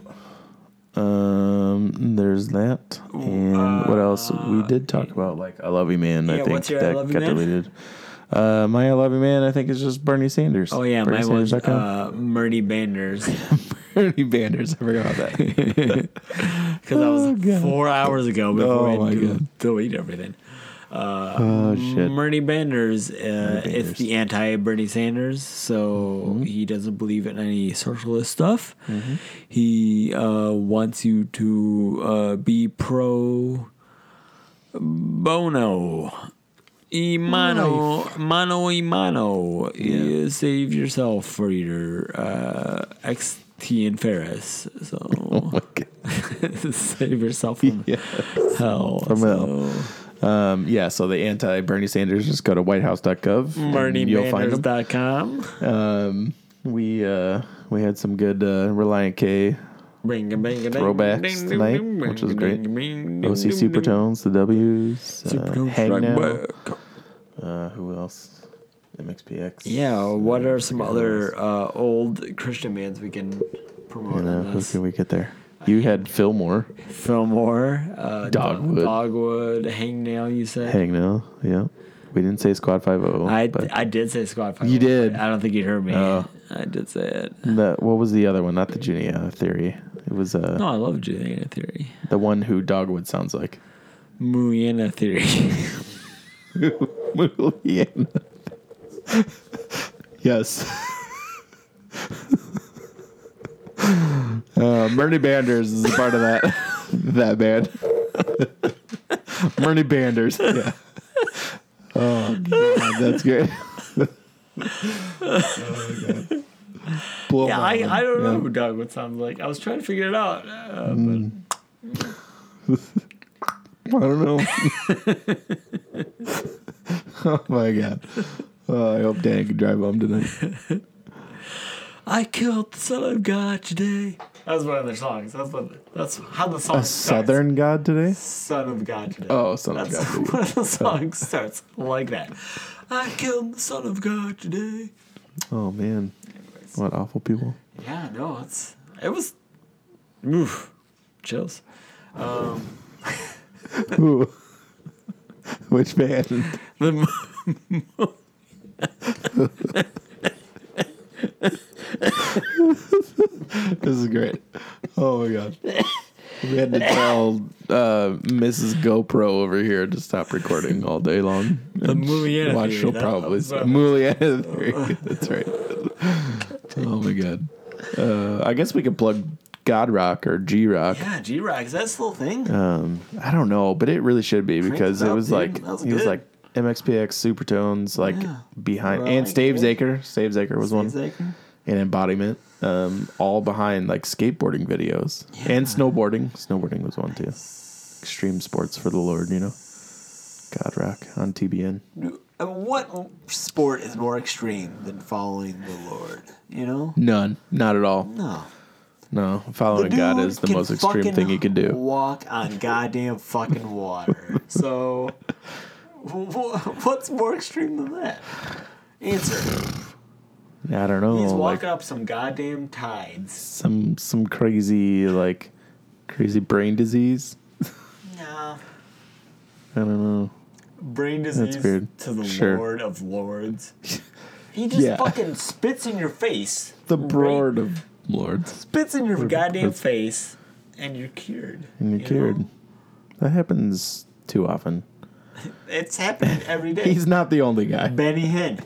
B: Um, there's that, and what else we did talk about? Like I love you, man. I
D: Uh, Yeah,
B: think
D: what's your I
B: that
D: Love You
B: got
D: Man?
B: deleted. Uh, my I love you, man. I think is just Bernie Sanders.
D: oh yeah, my was
B: BernieSanders.com.
D: uh, Murdy *laughs* Banders
B: *laughs* Bernie Banders. I forgot about that.
D: *laughs*
B: *laughs*
D: because that was
B: Oh, God.
D: four hours ago before
B: Oh,
D: I
B: my
D: had to
B: God.
D: delete everything. Uh,
B: oh shit.
D: Bernie Banders, uh,
B: Banders. Mm-hmm.
D: it's the anti Bernie Sanders, so he doesn't believe in any socialist stuff. He uh, wants you to uh, be pro bono. Imano, mano imano.
B: Yeah.
D: Uh, Save yourself for your uh, XT and Ferris.
B: Oh
D: So
B: my God.
D: *laughs* save yourself
B: *laughs*
D: from
B: Yeah.
D: hell.
B: From hell.
D: So,
B: *laughs* Um, yeah, so the anti Bernie Sanders, just go to whitehouse.gov. and you'll find 'em.
D: MartyManders.com.
B: Um, we uh, we had some good uh, Reliant K,
D: Bing, bing, bing,
B: Throwbacks
D: ding,
B: tonight,
D: ding,
B: which
D: ding,
B: was great.
D: ding, ding, ding,
B: OC
D: ding, ding.
B: Supertones, the W's, uh,
D: Supertones
B: Hang
D: right
B: Now.
D: back.
B: Uh, who else? MXPX.
D: Yeah, what are some
B: Who
D: other
B: else?
D: uh, old Christian bands we can promote?
B: You know,
D: on
B: who
D: this?
B: can we get there? You had Fillmore,
D: Fillmore, uh,
B: Dogwood.
D: Do- Dogwood, Hangnail. You said
B: Hang Now. Yeah, we didn't say Squad Five O.
D: I
B: but
D: I did say Squad Five.
B: You did.
D: I don't think you heard me.
B: Oh.
D: I did say it.
B: the, what was the other one? Not the Junior Theory. It was uh,
D: No, I love Juliana Theory.
B: the one who Dogwood sounds like.
D: Muyana Theory. *laughs*
B: Juliana. yes. uh, Bernie Banders is a part of that that band. Bernie Banders. Yeah. Oh, God, that's great. Blow
D: Yeah,
B: Oh my
D: I,
B: mind.
D: I don't
B: Yeah.
D: know, Doug, what sounds like. I was trying to figure it out. Uh,
B: I don't know. oh my god. Oh, I hope Dan can drive home tonight.
D: I killed the Son of God today. That was one of their songs. That's what. That's how the song
B: A
D: starts.
B: Southern God today?
D: Son of God today.
B: Oh, Son of
D: That's *laughs*
B: God.
D: one of the songs starts like that. I killed the Son of God today.
B: Oh man, what awful people.
D: Yeah, no, it's it was. Oof, chills.
B: Ooh. *laughs* Which band?
D: The mo- *laughs*
B: This is great. Oh my god. We had to tell uh, Mrs. GoPro over here to stop recording all day long.
D: The Muliana
B: Watch,
D: theory,
B: she'll
D: that-
B: probably
D: that was what-
B: Muliana
D: *laughs*
B: theory. *laughs* That's right. Oh my god. Uh, I guess we could plug God Rock or G Rock.
D: yeah, G Rock is that still a thing?
B: Um, I don't know, but it really should be because
D: it
B: it
D: up,
B: was
D: dude.
B: like
D: That was
B: he was
D: good.
B: like MXPX Supertones, like
D: Yeah.
B: behind
D: Well,
B: and
D: like,
B: Staves
D: yeah.
B: Acre. Staves Acre was one
D: Exactly.
B: and embodiment, um, all behind like skateboarding videos and snowboarding. Snowboarding was one too. Extreme sports for the Lord, you know. God Rock on TBN.
D: Uh,
A: I mean, what sport is more extreme than following the Lord? You know?
B: None, not at all.
A: No.
B: No, following God
A: Dude
B: is the
A: can
B: most extreme
A: fucking
B: thing you can do.
A: Walk on goddamn fucking water. so, wh- wh- what's more extreme than that? Answer.
B: I don't know,
A: He's
B: Oh, like
A: walking up some goddamn tides.
B: some some crazy like crazy brain disease.
A: Nah.
B: I don't know.
A: Brain disease
B: weird.
A: to the
B: Sure.
A: Lord of
B: *laughs*
A: Lords. He just
B: Yeah.
A: fucking spits in your face.
B: The broad of lords.
A: Spits in your goddamn
B: that's-
A: face, and you're cured.
B: And you're
A: you know?
B: cured. That happens too often.
A: It's happening every day.
B: *laughs* He's not the only guy. *laughs*
A: Benny Hinn.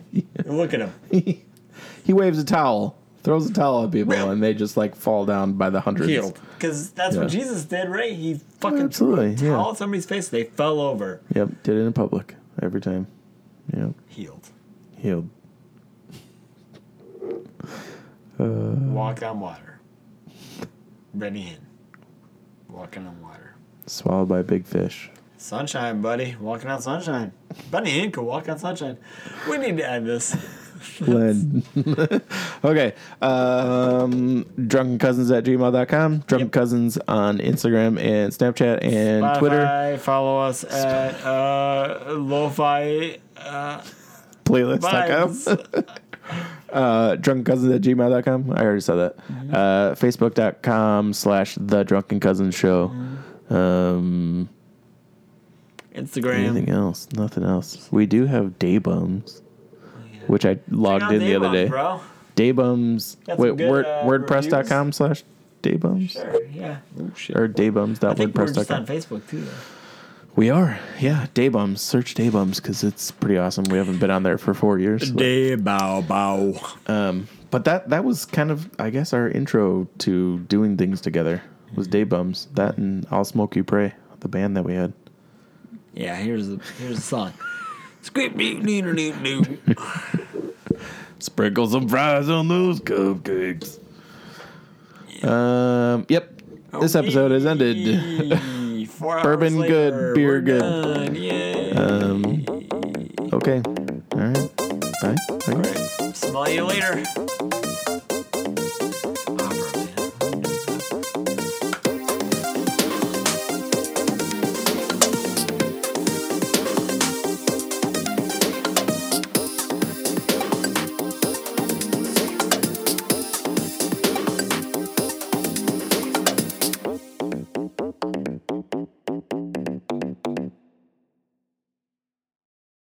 A: Look at him.
B: He waves a towel, throws a towel at people, and they just like fall down by the hundreds.
D: Healed.
A: Because that's what
B: Yeah.
A: Jesus did, right? He fucking
B: Absolutely,
A: threw a towel
B: yeah.
A: at somebody's face. They fell over.
B: Yep, did it in public every time. Yep,
A: Healed.
B: healed.
A: Walked on water. Benny Hinn. Walking on water.
B: Swallowed by a big fish.
A: Sunshine, buddy. Walking on sunshine. Benny Hinn could walk on sunshine. We need to end this.
B: Lynn. *laughs* okay. Um, drunkencousins at gmail.com. Drunken Cousins on Instagram and Snapchat and Twitter.
D: Spotify, Follow us at uh, Lo-fi
B: Playlist.com.
D: vibes.
B: *laughs* uh, drunkencousins at gmail.com. I already said that.
D: Mm-hmm.
B: Uh, Facebook.com slash the drunken cousins show.
D: Mm-hmm.
B: Um,
D: Instagram.
B: anything else? Nothing else. We do have day bums,
D: Oh,
B: which I logged in the other day.
D: bro.
B: Day bums.
D: Got some
B: Wait,
D: good,
B: word,
D: uh,
B: WordPress.com slash day bums
D: Sure, yeah.
B: or
D: I think we're just on
B: daybums.wordpress.com.
D: Facebook too. Though.
B: We are. Yeah. Daybums. Search daybums because it's pretty awesome. We haven't been on there for four years. so-
D: Day bow bow.
B: Um, but that that was kind of I guess our intro to doing things together was Day Bums. That and I'll Smoke You Pray, the band that we had.
D: Yeah, here's the here's the song. Squeak doo doo doo doo.
B: Sprinkle some fries on those cupcakes. Um. Yep. This episode has ended.
D: Yee, Four hours
B: Bourbon good,
D: later,
B: beer
D: we're
B: good.
D: done, Yay.
B: Um. Okay. All right. Bye. Bye. Uh.
D: Smell you later. Ah,